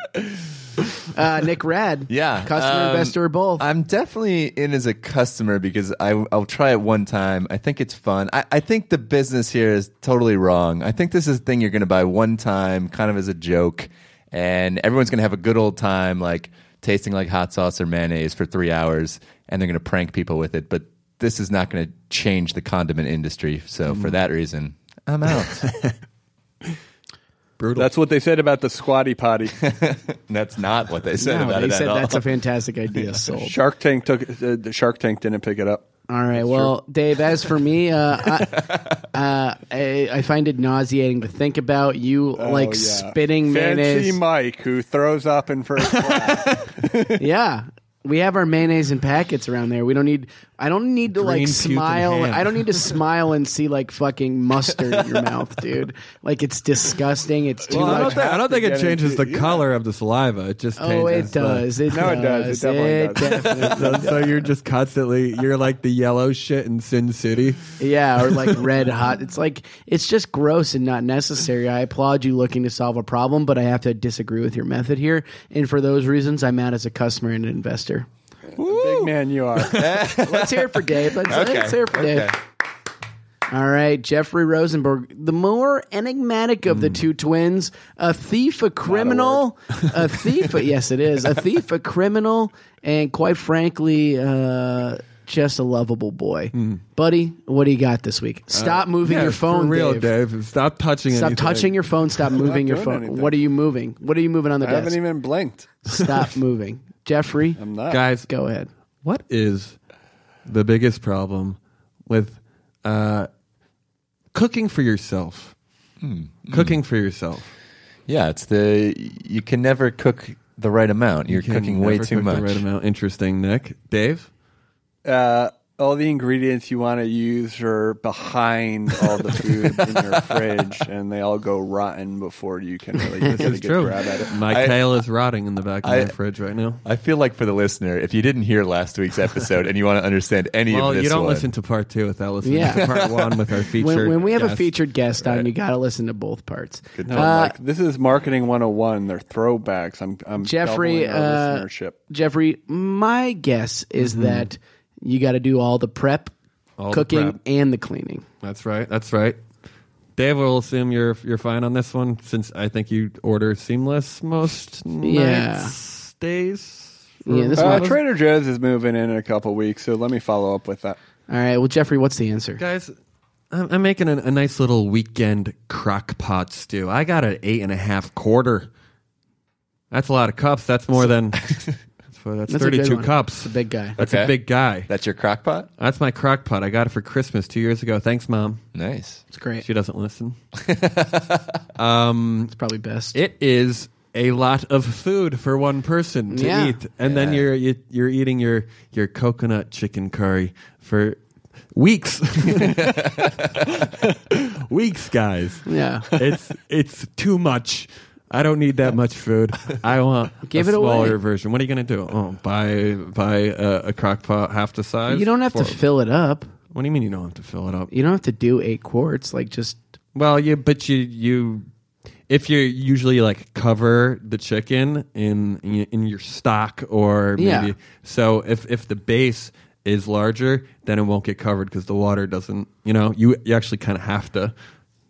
[SPEAKER 3] Uh, Nick Rad.
[SPEAKER 5] yeah,
[SPEAKER 3] Customer,
[SPEAKER 5] um,
[SPEAKER 3] investor, or both.
[SPEAKER 5] I'm definitely in as a customer because I I'll try it one time. I think it's fun. I, I think the business here is totally wrong. I think this is a thing you're going to buy one time, kind of as a joke, and everyone's going to have a good old time, like tasting like hot sauce or mayonnaise for three hours, and they're going to prank people with it. But this is not going to change the condiment industry. So
[SPEAKER 3] Mm.
[SPEAKER 5] for that reason, I'm out.
[SPEAKER 6] Brutal.
[SPEAKER 4] That's what they said about the squatty potty.
[SPEAKER 5] That's not what they said
[SPEAKER 3] no,
[SPEAKER 5] about
[SPEAKER 3] they
[SPEAKER 5] it
[SPEAKER 3] said
[SPEAKER 5] at all.
[SPEAKER 3] that's a fantastic idea. Sold.
[SPEAKER 4] Shark Tank took uh, the Shark Tank didn't pick it up.
[SPEAKER 3] All right. well, Dave, as for me, uh, I, uh, I, I find it nauseating to think about you
[SPEAKER 5] Oh,
[SPEAKER 3] like spitting
[SPEAKER 4] Oh, Fancy
[SPEAKER 3] mayonnaise.
[SPEAKER 4] Mike, who throws up in first class.
[SPEAKER 3] yeah. We have our mayonnaise in packets around there. We don't need. I don't need to
[SPEAKER 6] Green
[SPEAKER 3] like
[SPEAKER 6] puke and
[SPEAKER 3] smile.
[SPEAKER 6] ham.
[SPEAKER 3] I don't need to smile and see like fucking mustard in your mouth, dude. Like it's disgusting. It's too
[SPEAKER 6] Well, I,
[SPEAKER 3] much.
[SPEAKER 6] don't think, I don't think it
[SPEAKER 4] Get
[SPEAKER 6] changes the
[SPEAKER 4] into- yeah.
[SPEAKER 6] color of the saliva. It just
[SPEAKER 3] Oh,
[SPEAKER 6] changes
[SPEAKER 3] it does. It
[SPEAKER 4] No, it does. It definitely does.
[SPEAKER 3] definitely-
[SPEAKER 6] The, so, so you're just constantly you're like the yellow shit in Sin City.
[SPEAKER 3] yeah, or like red hot. It's like it's just gross and not necessary. I applaud you looking to solve a problem, but I have to disagree with your method here. And for those reasons, I'm out as a customer and an investor.
[SPEAKER 4] Big man, you are.
[SPEAKER 3] Let's hear it for Dave. Let's,
[SPEAKER 5] Okay,
[SPEAKER 3] let's hear it for Dave.
[SPEAKER 5] okay.
[SPEAKER 3] All right, Jeffrey Rosenberg, the more enigmatic
[SPEAKER 4] Hmm.
[SPEAKER 3] of the two twins, a thief, a criminal, a, thief. yes, it is a thief, a criminal, and quite frankly, uh, just a lovable boy.
[SPEAKER 4] Hmm.
[SPEAKER 3] Buddy, what do you got this
[SPEAKER 4] Uh,
[SPEAKER 3] week? Stop moving
[SPEAKER 6] Yeah,
[SPEAKER 3] your phone,
[SPEAKER 6] for real,
[SPEAKER 3] Dave.
[SPEAKER 6] Dave. Stop touching
[SPEAKER 3] Stop
[SPEAKER 6] anything.
[SPEAKER 3] touching your phone. Stop moving your
[SPEAKER 4] doing
[SPEAKER 3] phone.
[SPEAKER 4] anything.
[SPEAKER 3] What are you moving? What are you moving on the
[SPEAKER 4] I
[SPEAKER 3] desk?
[SPEAKER 4] haven't even blinked.
[SPEAKER 3] Stop moving. Jeffrey,
[SPEAKER 4] I'm not.
[SPEAKER 6] guys.
[SPEAKER 3] go ahead.
[SPEAKER 6] What is the biggest problem with uh, cooking for yourself? Hmm. Cooking for yourself.
[SPEAKER 5] Yeah, it's the you can never cook the right amount. You're
[SPEAKER 6] You can
[SPEAKER 5] cooking way
[SPEAKER 6] never
[SPEAKER 5] too
[SPEAKER 6] cook the
[SPEAKER 5] much.
[SPEAKER 6] right amount. Interesting, Nick. Dave.
[SPEAKER 4] Uh, all the ingredients you want to use are behind all the food in your fridge, and they all go rotten before you can really get a good grab at it.
[SPEAKER 6] My
[SPEAKER 5] I-
[SPEAKER 6] kale is rotting in the back of
[SPEAKER 5] I-
[SPEAKER 6] my fridge right now.
[SPEAKER 5] I feel like for the listener, if you didn't hear last week's episode and you want to understand any
[SPEAKER 6] Well,
[SPEAKER 5] of this,
[SPEAKER 6] you don't
[SPEAKER 5] one,
[SPEAKER 6] listen to part two without listening
[SPEAKER 3] Yeah.
[SPEAKER 6] to part one with our feature.
[SPEAKER 3] When, when we have a
[SPEAKER 6] guest.
[SPEAKER 3] feature guest on, you got to listen to both parts.
[SPEAKER 5] Good
[SPEAKER 4] I'm
[SPEAKER 3] Uh,
[SPEAKER 4] like, this is marketing 101. They're throwbacks. I'm, I'm
[SPEAKER 3] Jeffrey,
[SPEAKER 4] doubling our
[SPEAKER 3] uh,
[SPEAKER 4] listenership.
[SPEAKER 3] Jeffrey, my guess is that you got to do all the prep,
[SPEAKER 6] Mm-hmm. All the
[SPEAKER 3] cooking,
[SPEAKER 6] prep.
[SPEAKER 3] and the cleaning.
[SPEAKER 6] That's right. That's right. Dave will assume you're you're fine on this one since I think you order seamless most
[SPEAKER 3] Yeah.
[SPEAKER 6] nights, days.
[SPEAKER 3] Yeah, this
[SPEAKER 4] Uh,
[SPEAKER 3] one.
[SPEAKER 4] Trader Joe's is moving in in a couple weeks, so let me follow up with that.
[SPEAKER 3] All right. Well, Jeffrey, what's the answer?
[SPEAKER 6] Guys, I'm, I'm making a, a nice little weekend crock pot stew. I got an eight and a half quarter. That's a lot of cups. That's more than that's, what- that's
[SPEAKER 3] That's a good
[SPEAKER 6] 32
[SPEAKER 3] one.
[SPEAKER 6] cups.
[SPEAKER 3] It's a big guy.
[SPEAKER 6] That's
[SPEAKER 5] Okay.
[SPEAKER 6] a big guy.
[SPEAKER 5] That's your crock pot?
[SPEAKER 6] That's my crock pot. I got it for Christmas two years ago. Thanks, Mom.
[SPEAKER 5] Nice.
[SPEAKER 3] It's great.
[SPEAKER 6] She doesn't listen.
[SPEAKER 3] It's probably best.
[SPEAKER 6] It is a lot of food for one person to
[SPEAKER 3] Yeah.
[SPEAKER 6] eat, and then you're you, you're eating your your coconut chicken curry for weeks, weeks, guys.
[SPEAKER 3] yeah.
[SPEAKER 6] It's it's too much. I don't need that much food. I want
[SPEAKER 3] Give
[SPEAKER 6] a
[SPEAKER 3] it away.
[SPEAKER 6] smaller version. What are you gonna do? Oh, buy buy a, a crock pot half the size.
[SPEAKER 3] You don't have to
[SPEAKER 6] Four-
[SPEAKER 3] fill it up.
[SPEAKER 6] what do you mean you don't have to fill it up?
[SPEAKER 3] You don't have to do eight quarts. Like just
[SPEAKER 6] Well, you but you you if you usually like cover the chicken in in your stock or maybe
[SPEAKER 3] Yeah.
[SPEAKER 6] so if if the base is larger, then it won't get covered because the water doesn't. You know, you you actually kind of have to.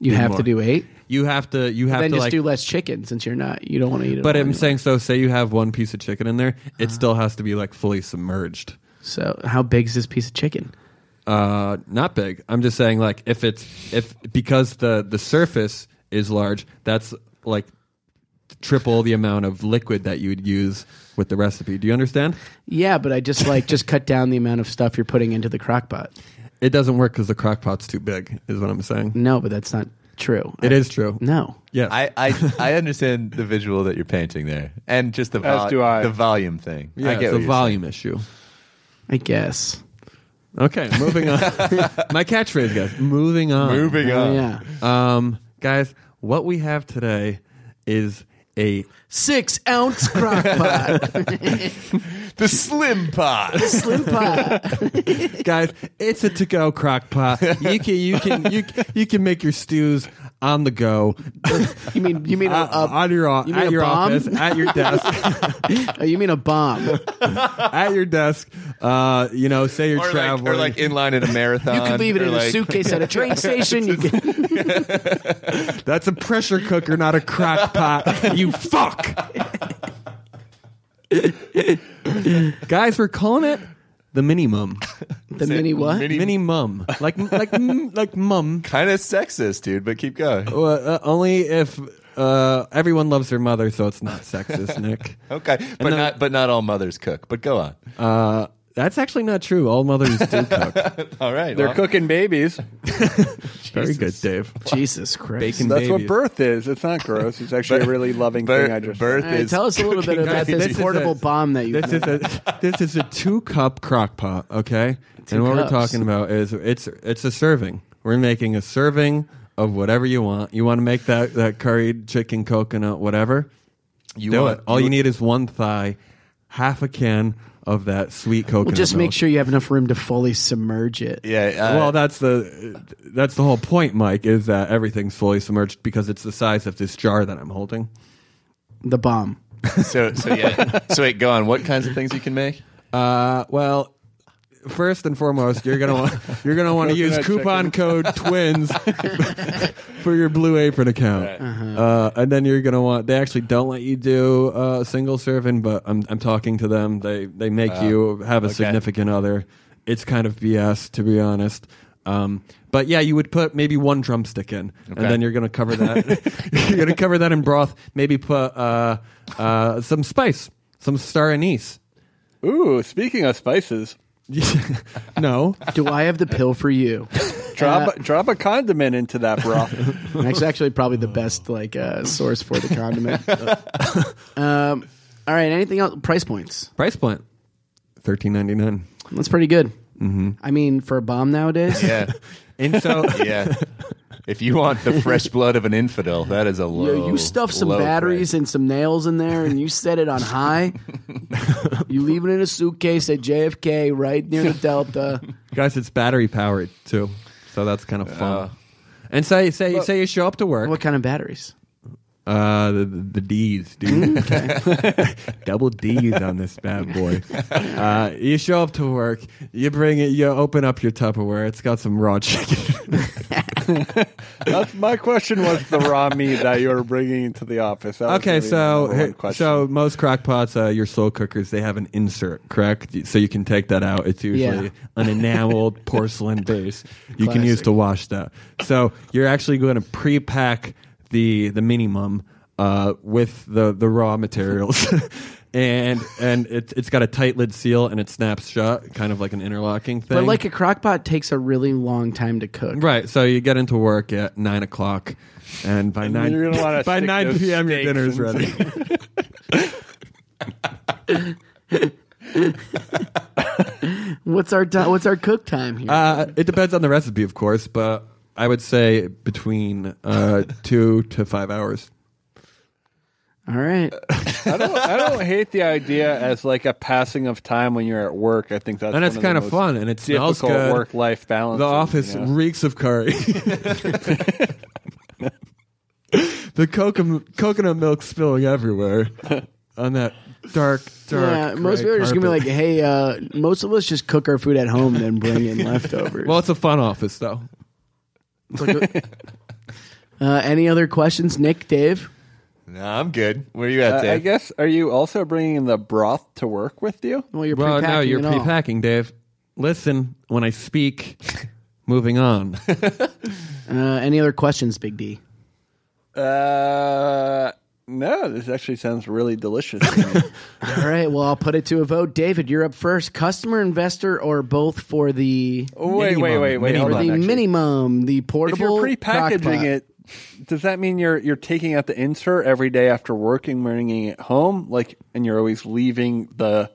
[SPEAKER 3] you have to do eight.
[SPEAKER 6] You have to. You have
[SPEAKER 3] Then
[SPEAKER 6] to
[SPEAKER 3] just
[SPEAKER 6] like.
[SPEAKER 3] do less chicken since you're not. You don't want to eat it.
[SPEAKER 6] but
[SPEAKER 3] all
[SPEAKER 6] I'm
[SPEAKER 3] anyway.
[SPEAKER 6] saying so. Say you have one piece of chicken in there,
[SPEAKER 5] Uh-huh.
[SPEAKER 6] it still has to be like fully submerged.
[SPEAKER 3] So how big is this piece of chicken?
[SPEAKER 6] Uh, not big. I'm just saying, like, if it's if because the the surface is large, that's like triple the amount of liquid that you would use with the recipe. Do you understand?
[SPEAKER 3] Yeah, but I just like just cut down the amount of stuff you're putting into the crock pot.
[SPEAKER 6] It doesn't work because the crock pot's too big. Is what I'm saying.
[SPEAKER 3] No, but that's not true.
[SPEAKER 6] It is true.
[SPEAKER 3] No.
[SPEAKER 6] Yes.
[SPEAKER 5] I, I, I understand the visual that you're painting there. And just the, vol-
[SPEAKER 4] As do I.
[SPEAKER 5] the volume thing.
[SPEAKER 6] yeah,
[SPEAKER 5] I get
[SPEAKER 6] it's
[SPEAKER 5] what
[SPEAKER 6] a
[SPEAKER 5] you're
[SPEAKER 6] volume issue.
[SPEAKER 3] I guess.
[SPEAKER 6] Okay, moving on. My catchphrase, guys. Moving on.
[SPEAKER 5] saying. Moving
[SPEAKER 3] Oh,
[SPEAKER 5] on.
[SPEAKER 3] yeah.
[SPEAKER 6] Um, guys, what we have today is a
[SPEAKER 3] Six ounce crock pot.
[SPEAKER 5] The slim pot.
[SPEAKER 3] Slim pot.
[SPEAKER 6] guys it's a to-go crock pot you can you can you, can- you can make your stews on the go
[SPEAKER 3] You mean you mean a, a,
[SPEAKER 6] Uh, on your o-
[SPEAKER 3] you mean
[SPEAKER 6] at
[SPEAKER 3] a
[SPEAKER 6] your
[SPEAKER 3] bomb?
[SPEAKER 6] office at your desk
[SPEAKER 3] oh, you mean a bomb.
[SPEAKER 6] at your desk uh you know say you're
[SPEAKER 5] or, like,
[SPEAKER 6] traveling
[SPEAKER 5] or like in line at a marathon.
[SPEAKER 3] You could leave it
[SPEAKER 5] or
[SPEAKER 3] in a
[SPEAKER 5] like-
[SPEAKER 3] suitcase at a train station. You can,
[SPEAKER 6] that's a pressure cooker not a crock pot you fuck guys we're calling it the minimum
[SPEAKER 3] the mini what?
[SPEAKER 5] Mini-
[SPEAKER 6] minimum like like like mum
[SPEAKER 5] Kind of sexist, dude, but keep going.
[SPEAKER 6] uh, uh, only if uh, everyone loves their mother, so it's not sexist, Nick.
[SPEAKER 5] Okay, but
[SPEAKER 6] then-
[SPEAKER 5] not but not all mothers cook. But go on.
[SPEAKER 6] Uh, that's actually not true. All mothers do cook.
[SPEAKER 5] All right,
[SPEAKER 4] They're
[SPEAKER 5] well,
[SPEAKER 4] cooking babies.
[SPEAKER 6] Very good, Dave.
[SPEAKER 3] Jesus Christ.
[SPEAKER 6] Bacon
[SPEAKER 4] That's what
[SPEAKER 6] babies.
[SPEAKER 4] birth is. It's not gross. It's actually a really loving
[SPEAKER 5] bir-
[SPEAKER 4] thing. I just
[SPEAKER 5] birth
[SPEAKER 3] All right,
[SPEAKER 5] is
[SPEAKER 3] tell us a little bit
[SPEAKER 5] cooking
[SPEAKER 3] about
[SPEAKER 5] babies.
[SPEAKER 6] This
[SPEAKER 3] this
[SPEAKER 6] is
[SPEAKER 3] portable
[SPEAKER 6] a-
[SPEAKER 3] bomb that you
[SPEAKER 6] This is a this is a two cup crock pot, okay? and what
[SPEAKER 3] cups.
[SPEAKER 6] we're talking about is it's it's a serving. We're making a serving of whatever you want. You want to make that that curried chicken coconut whatever.
[SPEAKER 5] You
[SPEAKER 6] do
[SPEAKER 5] want-
[SPEAKER 6] it. All you need is one thigh, half a can of that sweet coconut.
[SPEAKER 3] Well, just
[SPEAKER 6] milk.
[SPEAKER 3] make sure you have enough room to fully submerge it.
[SPEAKER 5] Yeah. Uh,
[SPEAKER 6] well, that's the that's the whole point, Mike. Is that everything's fully submerged because it's the size of this jar that I'm holding.
[SPEAKER 3] The bomb.
[SPEAKER 5] so so yeah. So wait, go on. What kinds of things you can make?
[SPEAKER 6] Uh, well, first and foremost, you're gonna want, you're gonna want to use
[SPEAKER 4] Coconut
[SPEAKER 6] coupon code Twins for your Blue Apron account, uh, and then you're gonna want. They actually don't let you do uh, single serving, but I'm I'm talking to them. They they make you have a significant other. it's kind of BS to be honest. Um, but yeah, you would put maybe one drumstick in,
[SPEAKER 5] Okay.
[SPEAKER 6] and then you're gonna cover that. you're gonna cover that in broth. Maybe put uh, uh, some spice, some star anise.
[SPEAKER 4] Ooh, speaking of spices,
[SPEAKER 6] no,
[SPEAKER 3] Do I have the pill for you? Uh,
[SPEAKER 6] Uh,
[SPEAKER 4] drop drop a condiment into that broth.
[SPEAKER 3] That's actually probably the best like uh, source for the condiment. um, all right. Anything else? Price points.
[SPEAKER 6] price point, thirteen ninety nine.
[SPEAKER 3] That's pretty good. Mm-hmm. I mean, for a bomb nowadays,
[SPEAKER 5] Yeah.
[SPEAKER 6] And so
[SPEAKER 5] Yeah. If you want the fresh blood of an infidel, that is a
[SPEAKER 3] you,
[SPEAKER 5] low.
[SPEAKER 3] you stuff some
[SPEAKER 5] low
[SPEAKER 3] batteries
[SPEAKER 5] price.
[SPEAKER 3] and some nails in there, and you set it on high. you leave it in a suitcase at JFK, right near the Delta.
[SPEAKER 6] guys, it's battery powered too, so that's kind of fun. and say say say you show up to work.
[SPEAKER 3] What kind of batteries?
[SPEAKER 6] Uh, the, the D's, dude. Double D's on this bad boy. Uh, you show up to work, you bring it, you open up your Tupperware. It's got some raw chicken.
[SPEAKER 4] That's my question was the raw meat that you were bringing into the office. That was
[SPEAKER 6] okay,
[SPEAKER 4] really
[SPEAKER 6] so
[SPEAKER 4] the number one
[SPEAKER 6] here-
[SPEAKER 4] question.
[SPEAKER 6] so most crockpots, uh, your slow cookers, they have an insert, correct? So you can take that out. It's usually
[SPEAKER 3] Yeah.
[SPEAKER 6] an enameled porcelain base you can use
[SPEAKER 3] Classic.
[SPEAKER 6] to wash that. So you're actually going to pre-pack the the minimum uh, with the the raw materials. And and it's it's got a tight lid seal and it snaps shut, kind of like an interlocking thing.
[SPEAKER 3] But like a crock pot takes a really long time to cook.
[SPEAKER 6] Right. So you get into work at nine o'clock, and by nine
[SPEAKER 4] you're gonna wanna
[SPEAKER 6] by
[SPEAKER 4] stick
[SPEAKER 6] nine
[SPEAKER 4] those
[SPEAKER 6] p.m. your
[SPEAKER 4] steaks
[SPEAKER 6] dinner's
[SPEAKER 4] into-
[SPEAKER 6] ready.
[SPEAKER 3] What's our ti what's our cook time here?
[SPEAKER 6] Uh, it depends on the recipe, of course, but I would say between uh, two to five hours.
[SPEAKER 3] All right.
[SPEAKER 6] uh,
[SPEAKER 4] I don't, I don't hate the idea as like a passing of time when you're at work. I think that's
[SPEAKER 6] And it's
[SPEAKER 4] one of the
[SPEAKER 6] kinda
[SPEAKER 4] most
[SPEAKER 6] fun, and it smells
[SPEAKER 4] difficult
[SPEAKER 6] good.
[SPEAKER 4] Work life balance.
[SPEAKER 6] The
[SPEAKER 4] you
[SPEAKER 6] office
[SPEAKER 4] know.
[SPEAKER 6] reeks of curry. the coconut, coconut milk spilling everywhere on that dark, dark.
[SPEAKER 3] Yeah, most people
[SPEAKER 6] gray
[SPEAKER 3] are just gonna be like,
[SPEAKER 6] carpet.
[SPEAKER 3] "Hey, uh, most of us just cook our food at home and then bring in leftovers."
[SPEAKER 6] "Well, it's a fun office, though."
[SPEAKER 3] It's like a- uh, any other questions, Nick, Dave?
[SPEAKER 5] No, I'm good. Where are you at,
[SPEAKER 4] Uh,
[SPEAKER 5] Dave?
[SPEAKER 4] I guess are you also bringing the broth to work with you?
[SPEAKER 3] Well, you're
[SPEAKER 6] Well,
[SPEAKER 3] pre-packing
[SPEAKER 6] no, you're
[SPEAKER 3] it all.
[SPEAKER 6] pre-packing, Dave. Listen when I speak. Moving on.
[SPEAKER 3] Uh, any other questions, Big D?
[SPEAKER 4] Uh, no. This actually sounds really delicious. to me.
[SPEAKER 3] All right. Well, I'll put it to a vote. David, you're up first. Customer, investor, or both for the
[SPEAKER 4] Oh, wait, wait, wait, wait.
[SPEAKER 3] or
[SPEAKER 4] hold
[SPEAKER 3] the
[SPEAKER 4] on, actually.
[SPEAKER 3] minimum, the
[SPEAKER 4] If
[SPEAKER 3] portable.
[SPEAKER 4] you're pre-packaging
[SPEAKER 3] crockpot.
[SPEAKER 4] it, does that mean you're you're taking out the insert every day after work and bringing it home? Like, and you're always leaving the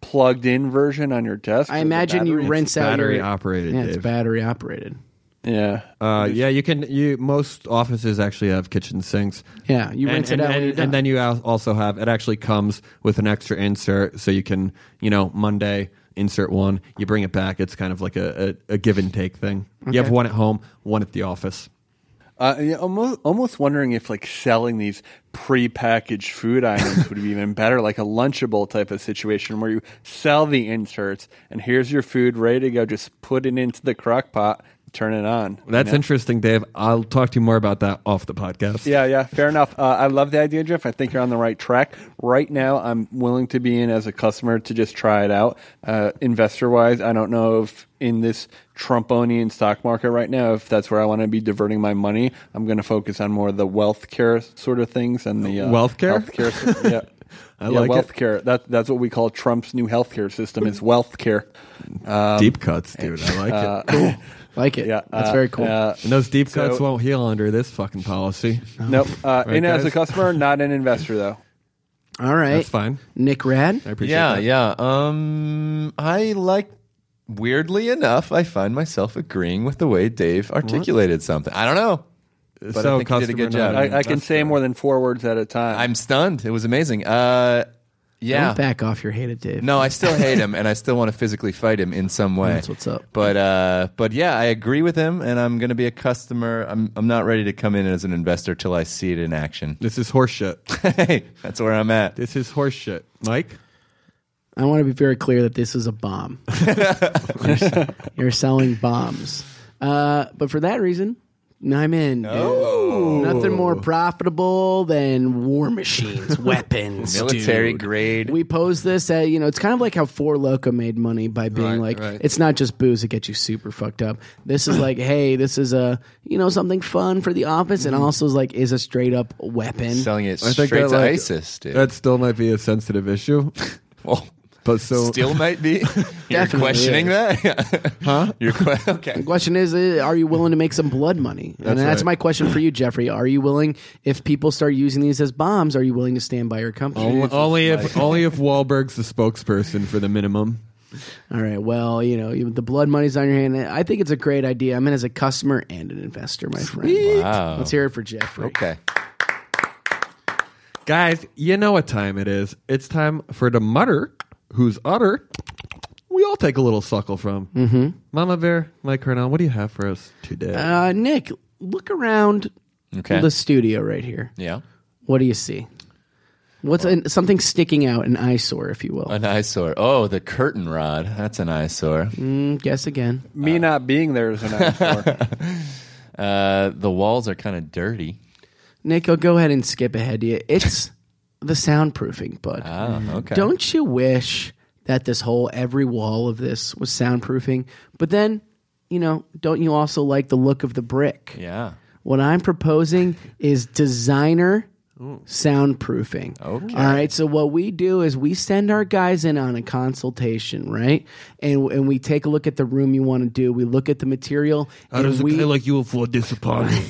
[SPEAKER 4] plugged-in version on your desk.
[SPEAKER 3] I
[SPEAKER 4] or the
[SPEAKER 3] imagine you
[SPEAKER 4] battery?
[SPEAKER 3] rinse out
[SPEAKER 6] battery
[SPEAKER 3] your
[SPEAKER 6] operated,
[SPEAKER 3] Yeah, it's
[SPEAKER 6] Dave.
[SPEAKER 3] battery operated.
[SPEAKER 4] Yeah.
[SPEAKER 6] Uh, yeah, you can. You most offices actually have kitchen sinks.
[SPEAKER 3] Yeah, you
[SPEAKER 6] and,
[SPEAKER 3] rinse
[SPEAKER 6] and-
[SPEAKER 3] it out when
[SPEAKER 6] and-
[SPEAKER 3] you're done.
[SPEAKER 6] and then you al- also have it actually comes with an extra insert, so you can, you know, Monday insert one, you bring it back. It's kind of like a, a, a give and take thing. You have one at home, one at the office.
[SPEAKER 4] Uh, yeah, almost, almost wondering if like selling these prepackaged food items would be even better, like a Lunchable type of situation where you sell the inserts and here's your food ready to go. Just put it into the crock pot, turn it on.
[SPEAKER 6] That's
[SPEAKER 4] you know?
[SPEAKER 6] interesting, Dave. I'll talk to you more about that off the podcast.
[SPEAKER 4] Yeah, yeah, fair enough. Uh, I love the idea, Jeff. I think you're on the right track. Right now, I'm willing to be in as a customer to just try it out. Uh, investor wise, I don't know if in this Trumponian stock market right now, if that's where I want to be diverting my money. I'm going to focus on more of the wealth care sort of things and the uh,
[SPEAKER 6] Wealth care?
[SPEAKER 4] healthcare sy- yeah.
[SPEAKER 6] I
[SPEAKER 4] yeah,
[SPEAKER 6] like it.
[SPEAKER 4] health care. That, that's what we call Trump's new healthcare system is wealth care.
[SPEAKER 6] deep cuts, dude. I like it.
[SPEAKER 5] Uh,
[SPEAKER 6] Cool.
[SPEAKER 3] like it.
[SPEAKER 4] Yeah,
[SPEAKER 3] that's
[SPEAKER 4] uh,
[SPEAKER 3] very cool.
[SPEAKER 4] uh,
[SPEAKER 6] And those deep
[SPEAKER 4] So-
[SPEAKER 6] cuts won't heal under this fucking policy.
[SPEAKER 4] nope. Uh, in as a
[SPEAKER 6] guys?
[SPEAKER 4] customer, not an investor, though.
[SPEAKER 3] All right,
[SPEAKER 6] That's fine.
[SPEAKER 3] Nick Rad.
[SPEAKER 6] I appreciate
[SPEAKER 5] yeah,
[SPEAKER 6] that.
[SPEAKER 5] yeah. Um, I like. Weirdly enough, I find myself agreeing with the way Dave articulated something. I don't know. But I
[SPEAKER 6] So
[SPEAKER 5] think he did a good
[SPEAKER 6] customer
[SPEAKER 5] job.
[SPEAKER 6] not an
[SPEAKER 4] I, I can say
[SPEAKER 6] investor.
[SPEAKER 4] more than four words at a time.
[SPEAKER 5] I'm stunned. It was amazing. Uh, yeah.
[SPEAKER 3] Don't back off your hated Dave.
[SPEAKER 5] No, I still hate him, and I still want to physically fight him in some way.
[SPEAKER 3] That's what's up.
[SPEAKER 5] But uh, but yeah, I agree with him, and I'm going to be a customer. I'm I'm not ready to come in as an investor till I see it in action.
[SPEAKER 6] This is horseshit.
[SPEAKER 5] hey, that's where I'm at.
[SPEAKER 6] This is horseshit, Mike.
[SPEAKER 3] I want to be very clear that this is a bomb. you're, you're selling bombs. Uh, but for that reason, I'm in. dude.
[SPEAKER 5] Oh.
[SPEAKER 3] Nothing more profitable than war machines, weapons,
[SPEAKER 5] Military
[SPEAKER 3] dude.
[SPEAKER 5] grade.
[SPEAKER 3] We pose this at, you know, it's kind of like how Four Loco made money by being
[SPEAKER 6] Right,
[SPEAKER 3] like,
[SPEAKER 6] right.
[SPEAKER 3] it's not just booze that gets you super fucked up. This is like, hey, this is a, you know, something fun for the office and also is like, is a straight up weapon.
[SPEAKER 5] Selling it
[SPEAKER 6] I think
[SPEAKER 5] straight
[SPEAKER 6] that,
[SPEAKER 5] to
[SPEAKER 6] like,
[SPEAKER 5] ISIS, dude.
[SPEAKER 6] That still might be a sensitive issue,
[SPEAKER 5] well,
[SPEAKER 6] but so
[SPEAKER 5] still might be. You're
[SPEAKER 3] Definitely
[SPEAKER 5] questioning that, huh? You're que- okay.
[SPEAKER 3] The question is, uh, are you willing to make some blood money? and that's
[SPEAKER 6] right.
[SPEAKER 3] my question for you, Jeffrey. Are you willing, if people start using these as bombs, are you willing to stand by your company?
[SPEAKER 6] only, only if only if Wahlberg's the spokesperson for the minimum.
[SPEAKER 3] All right. Well, you know, you- the blood money's on your hand. I think it's a great idea. I'm in as a customer and an investor, my friend.
[SPEAKER 5] Wow.
[SPEAKER 3] Let's hear it for Jeffrey.
[SPEAKER 5] Okay.
[SPEAKER 6] Guys, you know what time it is. It's time for the mutter, whose utter we all take a little suckle from. Mm-hmm. Mama Bear, Mike Cornell, what do you have for us today?
[SPEAKER 3] Uh, Nick, look around
[SPEAKER 5] Okay.
[SPEAKER 3] the studio right here.
[SPEAKER 5] Yeah.
[SPEAKER 3] What do you see? What's an, something sticking out, an eyesore, if you will?
[SPEAKER 5] An eyesore. Oh, the curtain rod. That's an eyesore.
[SPEAKER 3] Mm, guess again.
[SPEAKER 4] Me not being there is an eyesore.
[SPEAKER 5] Uh, the walls are kind of dirty.
[SPEAKER 3] Nick, I'll go ahead and skip ahead to you. It's the soundproofing, bud.
[SPEAKER 5] Oh, okay.
[SPEAKER 3] Don't you wish that this whole every wall of this was soundproofing? But then, you know, don't you also like the look of the brick?
[SPEAKER 5] Yeah.
[SPEAKER 3] What I'm proposing is designer soundproofing.
[SPEAKER 5] Okay.
[SPEAKER 3] All right. So what we do is we send our guys in on a consultation, right? And and we take a look at the room you want to do. We look at the material. and we,
[SPEAKER 6] like you afford this apartment?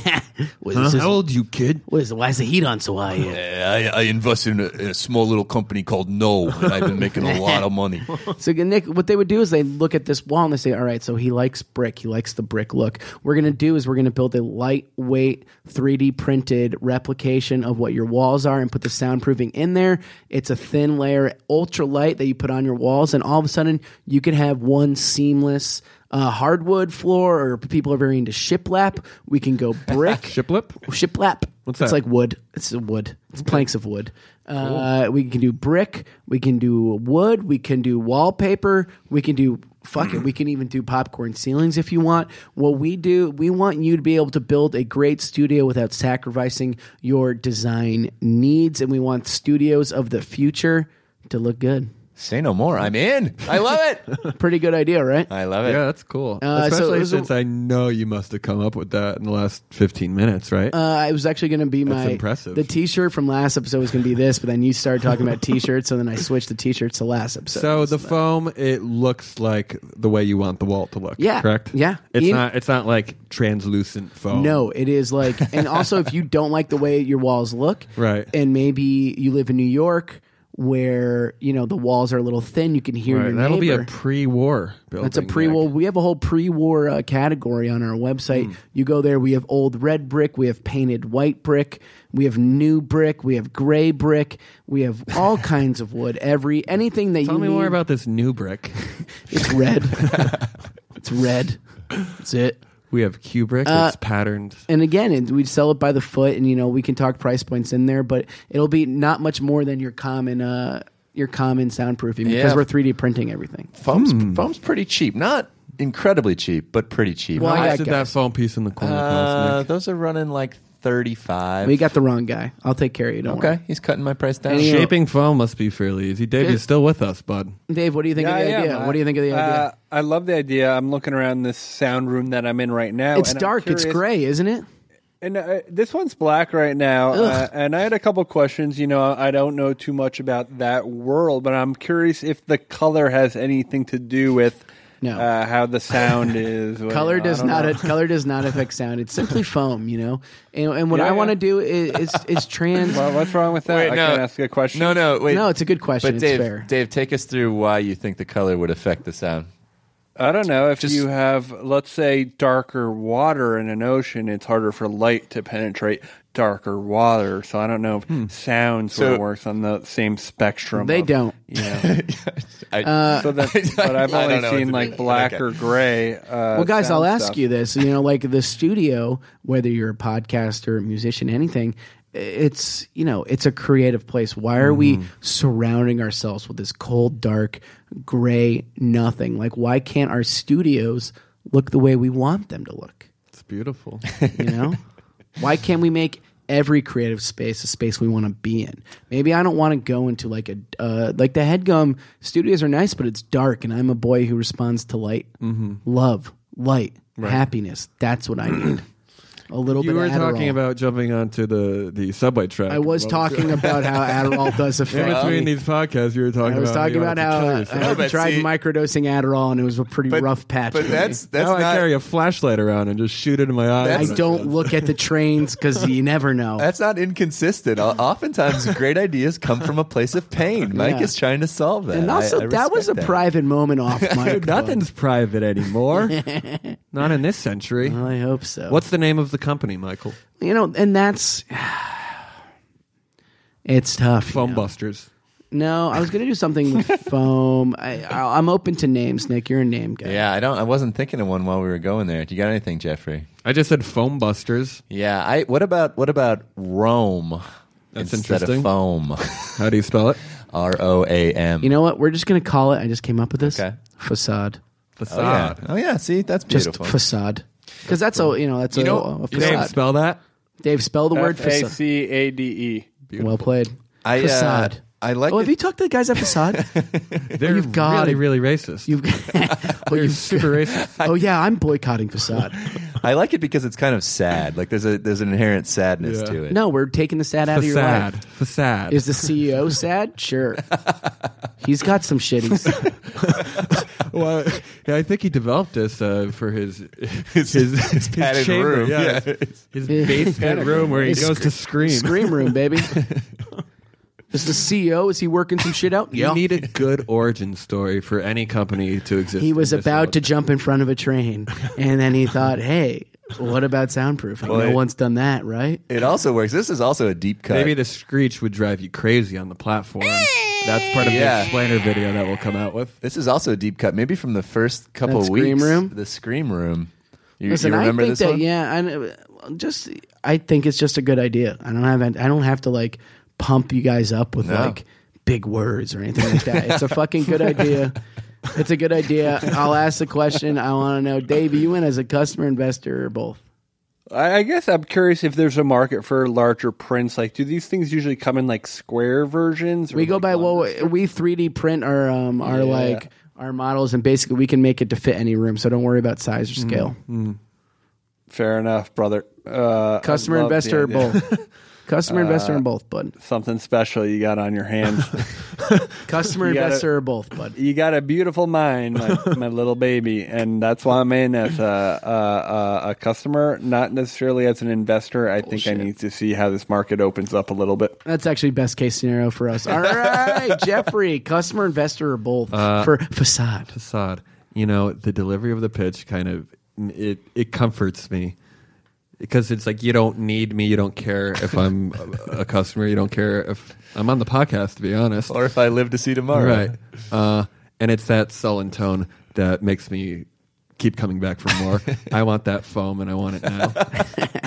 [SPEAKER 3] What is this-
[SPEAKER 6] old you, kid?
[SPEAKER 3] what is it? Why is the heat on so high? here?
[SPEAKER 5] I, Uh, I invested in a, in a small little company called No, and I've been making a lot of money.
[SPEAKER 3] So Nick, what they would do is they look at this wall and they say, "All right, so he likes brick. He likes the brick look. We're going to do is we're going to build a lightweight 3D printed replication of what your walls are and put the soundproofing in there. It's a thin layer, ultra light that you put on your walls, and all of a sudden you could have one seamless." Uh, hardwood floor, or people are very into shiplap. We can go brick.
[SPEAKER 6] Shiplip?
[SPEAKER 3] shiplap.
[SPEAKER 6] What's
[SPEAKER 3] it's
[SPEAKER 6] that?
[SPEAKER 3] like wood. It's wood. It's planks of wood. Uh, we can do brick. We can do wood. We can do wallpaper. We can do fuck it. We can even do popcorn ceilings if you want. What we do, we want you to be able to build a great studio without sacrificing your design needs, and we want studios of the future to look good.
[SPEAKER 5] Say no more. I'm in. I love it.
[SPEAKER 3] Pretty good idea, right?
[SPEAKER 5] I love it.
[SPEAKER 6] Yeah, that's cool.
[SPEAKER 3] Uh, so it
[SPEAKER 6] Especially
[SPEAKER 3] was a-
[SPEAKER 6] since I know you must have come up with that in the last 15 minutes, right?
[SPEAKER 3] Uh, it was actually going to be my
[SPEAKER 6] impressive.
[SPEAKER 3] the T-shirt from last episode was going to be this, but then you started talking about T-shirts, so then I switched the T-shirts to last episode.
[SPEAKER 6] so the foam, it looks like the way you want the wall to look.
[SPEAKER 3] Yeah.
[SPEAKER 6] correct.
[SPEAKER 3] Yeah.
[SPEAKER 6] it's
[SPEAKER 3] In-
[SPEAKER 6] not. It's not like translucent foam.
[SPEAKER 3] No, it is like, and also if you don't like the way your walls look,
[SPEAKER 6] Right.
[SPEAKER 3] And maybe you live in New York where you know the walls are a little thin, you can hear
[SPEAKER 6] All right,
[SPEAKER 3] your
[SPEAKER 6] that'll be
[SPEAKER 3] neighbor.
[SPEAKER 6] a pre-war building.
[SPEAKER 3] That's a pre war.
[SPEAKER 6] Nick.
[SPEAKER 3] We have a whole pre war uh, category on our website.
[SPEAKER 6] Hmm.
[SPEAKER 3] You go there, we have old red brick, we have painted white brick, we have new brick, we have gray brick, we have all kinds of wood. Every anything that
[SPEAKER 6] Tell
[SPEAKER 3] you
[SPEAKER 6] me
[SPEAKER 3] need.
[SPEAKER 6] more about this new brick.
[SPEAKER 3] It's red. it's red. That's it.
[SPEAKER 6] we have Kubrick.
[SPEAKER 3] Uh,
[SPEAKER 6] it's patterned.
[SPEAKER 3] And again, it, we'd sell it by the foot, and you know we can talk price points in there, but it'll be not much more than your common uh, your common soundproofing because
[SPEAKER 5] Yeah.
[SPEAKER 3] we're 3D printing everything.
[SPEAKER 5] Foam's,
[SPEAKER 3] Hmm.
[SPEAKER 5] foam's pretty cheap. Not incredibly cheap, but pretty cheap.
[SPEAKER 3] Well,
[SPEAKER 6] How
[SPEAKER 3] I got
[SPEAKER 6] much did that
[SPEAKER 3] guys.
[SPEAKER 6] foam piece in the corner cost?
[SPEAKER 5] uh,
[SPEAKER 6] Nick?
[SPEAKER 5] those are running like 35
[SPEAKER 3] We got the wrong guy. I'll take care of you. Don't worry.
[SPEAKER 5] Okay. He's cutting my price down.
[SPEAKER 3] And you know-
[SPEAKER 6] Shaping foam must be fairly easy. Dave,
[SPEAKER 3] Good.
[SPEAKER 6] you're still with us, bud.
[SPEAKER 3] Dave, what do you think of the idea? what do you think of the idea?
[SPEAKER 4] Uh, I love the idea. I'm looking around this sound room that I'm in right now.
[SPEAKER 3] It's
[SPEAKER 4] oh, and I'm
[SPEAKER 3] dark. It's
[SPEAKER 4] curious-
[SPEAKER 3] gray, isn't it?
[SPEAKER 4] And uh, this one's black right now. Uh, and I had a couple questions. You know, I don't know too much about that world, but I'm curious if the color has anything to do with
[SPEAKER 3] No.
[SPEAKER 4] uh, how the sound is. Well,
[SPEAKER 3] Color
[SPEAKER 4] I
[SPEAKER 3] does
[SPEAKER 4] don't
[SPEAKER 3] not
[SPEAKER 4] know.
[SPEAKER 3] color does not affect sound. It's simply foam, you know. And, and what
[SPEAKER 4] Yeah,
[SPEAKER 3] I want to
[SPEAKER 4] yeah.
[SPEAKER 3] do is is, is trans.
[SPEAKER 4] Well, what's wrong with that? I can't ask a question.
[SPEAKER 5] No, no, wait.
[SPEAKER 3] No, it's a good question.
[SPEAKER 5] But
[SPEAKER 3] It's
[SPEAKER 5] Dave,
[SPEAKER 3] fair.
[SPEAKER 5] Dave, take us through why you think the color would affect the sound.
[SPEAKER 4] I don't know. If
[SPEAKER 5] Just-
[SPEAKER 4] you have, let's say, darker water in an ocean, it's harder for light to penetrate darker water. So I don't know if sound sort of
[SPEAKER 5] So-
[SPEAKER 4] works on the same spectrum.
[SPEAKER 3] Hmm. they
[SPEAKER 4] of-
[SPEAKER 3] don't.
[SPEAKER 4] Yeah.
[SPEAKER 5] I,
[SPEAKER 3] Uh,
[SPEAKER 4] so that, but I've
[SPEAKER 5] I don't
[SPEAKER 4] only
[SPEAKER 5] know what
[SPEAKER 4] seen
[SPEAKER 5] to
[SPEAKER 4] like
[SPEAKER 5] do.
[SPEAKER 4] black
[SPEAKER 5] Okay.
[SPEAKER 4] or gray. Uh,
[SPEAKER 3] well, guys, I'll
[SPEAKER 4] sound
[SPEAKER 3] ask
[SPEAKER 4] stuff.
[SPEAKER 3] you this. You know, like the studio, whether you're a podcaster, musician, anything, it's you know, it's a creative place. Why are we
[SPEAKER 4] Mm-hmm.
[SPEAKER 3] surrounding ourselves with this cold, dark, gray nothing? Like, why can't our studios look the way we want them to look?
[SPEAKER 6] It's beautiful.
[SPEAKER 3] You know, why can't we make every creative space a space we want to be in? Maybe I don't want to go into like a uh, like the headgum studios are nice, but it's dark, and I'm a boy who responds to light,
[SPEAKER 6] Mm-hmm.
[SPEAKER 3] love, light, happiness. That's what I need. A little
[SPEAKER 6] you
[SPEAKER 3] bit.
[SPEAKER 6] were
[SPEAKER 3] of Adderall.
[SPEAKER 6] talking about jumping onto the, the subway track.
[SPEAKER 3] I was talking about how Adderall does
[SPEAKER 6] In
[SPEAKER 3] affect
[SPEAKER 6] between
[SPEAKER 3] me.
[SPEAKER 6] these podcasts, you were talking.
[SPEAKER 3] I was
[SPEAKER 6] about
[SPEAKER 3] talking about how uh,
[SPEAKER 5] No,
[SPEAKER 3] I
[SPEAKER 5] but
[SPEAKER 3] tried
[SPEAKER 5] see-
[SPEAKER 3] microdosing Adderall, and it was a pretty
[SPEAKER 5] But-
[SPEAKER 3] rough patch.
[SPEAKER 5] But
[SPEAKER 3] for me.
[SPEAKER 5] that's that's
[SPEAKER 6] now I
[SPEAKER 5] not
[SPEAKER 6] carry a flashlight around and just shoot it in my
[SPEAKER 3] I
[SPEAKER 6] eyes.
[SPEAKER 5] That's-
[SPEAKER 3] don't look at the trains because you never know.
[SPEAKER 5] that's not inconsistent. O- Oftentimes, great ideas come from a place of pain. Mike
[SPEAKER 3] Yeah.
[SPEAKER 5] is trying to solve that.
[SPEAKER 3] and also,
[SPEAKER 5] I- I
[SPEAKER 3] that was a
[SPEAKER 5] respect that.
[SPEAKER 3] private moment off my.
[SPEAKER 6] Dude, nothing's private anymore. Not in this century.
[SPEAKER 3] I hope so.
[SPEAKER 6] What's the name of the company, Michael?
[SPEAKER 3] you know, and that's it's tough. you
[SPEAKER 6] Foam
[SPEAKER 3] know.
[SPEAKER 6] Busters.
[SPEAKER 3] No, I was gonna do something with foam. I, I, I'm open to names, Nick. You're a name guy.
[SPEAKER 5] Yeah, I don't. I wasn't thinking of one while we were going there. Do you got anything, Jeffrey?
[SPEAKER 6] I just said Foam Busters.
[SPEAKER 5] Yeah. I. What about what about Rome
[SPEAKER 6] That's
[SPEAKER 5] instead
[SPEAKER 6] interesting.
[SPEAKER 5] of foam?
[SPEAKER 6] How do you spell it?
[SPEAKER 3] Oh,
[SPEAKER 5] R O A M.
[SPEAKER 3] You know what? We're just gonna call it. I just came up with this
[SPEAKER 5] Okay.
[SPEAKER 3] facade.
[SPEAKER 5] Oh yeah.
[SPEAKER 6] Facade.
[SPEAKER 5] Oh yeah. See, that's
[SPEAKER 3] Just
[SPEAKER 5] beautiful.
[SPEAKER 3] facade. Because that's a you know that's a, Oh, a
[SPEAKER 6] You can't
[SPEAKER 3] facade.
[SPEAKER 6] spell that?
[SPEAKER 3] Dave, spell the word
[SPEAKER 4] F A
[SPEAKER 3] facade.
[SPEAKER 4] C A D E.
[SPEAKER 3] Well played.
[SPEAKER 5] I, uh,
[SPEAKER 3] facade.
[SPEAKER 5] I like
[SPEAKER 3] Oh, have
[SPEAKER 5] it-
[SPEAKER 3] you talked to the guys at facade?
[SPEAKER 6] They're
[SPEAKER 3] Oh, you've got
[SPEAKER 6] really,
[SPEAKER 3] it.
[SPEAKER 6] really racist.
[SPEAKER 3] You've. well,
[SPEAKER 6] They're
[SPEAKER 3] you've
[SPEAKER 6] super racist.
[SPEAKER 3] oh yeah, I'm boycotting facade.
[SPEAKER 5] I like it because it's kind of sad. Like there's a there's an inherent sadness
[SPEAKER 6] Yeah.
[SPEAKER 5] to it.
[SPEAKER 3] No, we're taking the sad out of your life.
[SPEAKER 6] Facade. Facade.
[SPEAKER 3] Is the CEO sad? Sure. He's got some shit. He's,
[SPEAKER 6] well, yeah, I think he developed this uh, for his his, his
[SPEAKER 5] padded
[SPEAKER 6] chamber,
[SPEAKER 5] room. Yeah.
[SPEAKER 6] Yeah, his, his basement room where he
[SPEAKER 3] His
[SPEAKER 6] goes to
[SPEAKER 3] sc-
[SPEAKER 6] scream.
[SPEAKER 3] Scream room, baby. Is the CEO? Is he working some shit out?
[SPEAKER 6] You need a good origin story for any company to exist.
[SPEAKER 3] He was
[SPEAKER 6] in this
[SPEAKER 3] about to
[SPEAKER 6] world.
[SPEAKER 3] jump in front of a train, and then he thought, "Hey, what about soundproofing? no
[SPEAKER 5] Boy.
[SPEAKER 3] one's done that, right?"
[SPEAKER 5] It also works. This is also a deep cut.
[SPEAKER 6] Maybe the screech would drive you crazy on the platform. That's part of
[SPEAKER 5] Yeah.
[SPEAKER 6] the explainer video that we'll come out with.
[SPEAKER 5] This is also a deep cut. Maybe from the first couple
[SPEAKER 3] That
[SPEAKER 5] weeks.
[SPEAKER 3] Scream Room?
[SPEAKER 5] The scream room. You,
[SPEAKER 3] Listen,
[SPEAKER 5] you remember
[SPEAKER 3] I think
[SPEAKER 5] this
[SPEAKER 3] that
[SPEAKER 5] one?
[SPEAKER 3] yeah, I know- just I think it's just a good idea. I don't have I don't have to like pump you guys up with
[SPEAKER 5] No.
[SPEAKER 3] like big words or anything like that. it's a fucking good idea. It's a good idea. I'll ask the question. I want to know, Dave, are you in as a customer investor or both?
[SPEAKER 4] I I guess I'm curious if there's a market for larger prints. Like, do these things usually come in like square versions?
[SPEAKER 5] Oh
[SPEAKER 4] Or
[SPEAKER 3] We go
[SPEAKER 4] like
[SPEAKER 3] by
[SPEAKER 4] one-
[SPEAKER 3] well, we three D print our um our like our models, and basically we can make it to fit any room. So don't worry about size or
[SPEAKER 5] Mm-hmm.
[SPEAKER 3] scale.
[SPEAKER 4] Fair enough, brother. Uh, I
[SPEAKER 3] Customer
[SPEAKER 4] love the
[SPEAKER 3] investor or
[SPEAKER 4] idea.
[SPEAKER 3] both. Customer investor
[SPEAKER 5] Uh,
[SPEAKER 3] or both, bud.
[SPEAKER 4] Something special you got on your hands.
[SPEAKER 3] Customer
[SPEAKER 4] You gotta-
[SPEAKER 3] investor or both, bud.
[SPEAKER 4] you got a beautiful mind, my, my little baby, and that's why I'm in as a, a, a, a customer, not necessarily as an investor. I think I need to see how this market opens up a little bit.
[SPEAKER 3] That's actually best case scenario for us. All right, Jeffrey, customer, investor, or both for facade.
[SPEAKER 6] Facade. You know, the delivery of the pitch kind of it it comforts me because it's like you don't need me, you don't care if I'm a a customer, you don't care if I'm on the podcast. To be honest,
[SPEAKER 5] Or if I live to see tomorrow.
[SPEAKER 6] right? Uh, and it's that sullen tone that makes me keep coming back for more. I want that foam, and I want it now.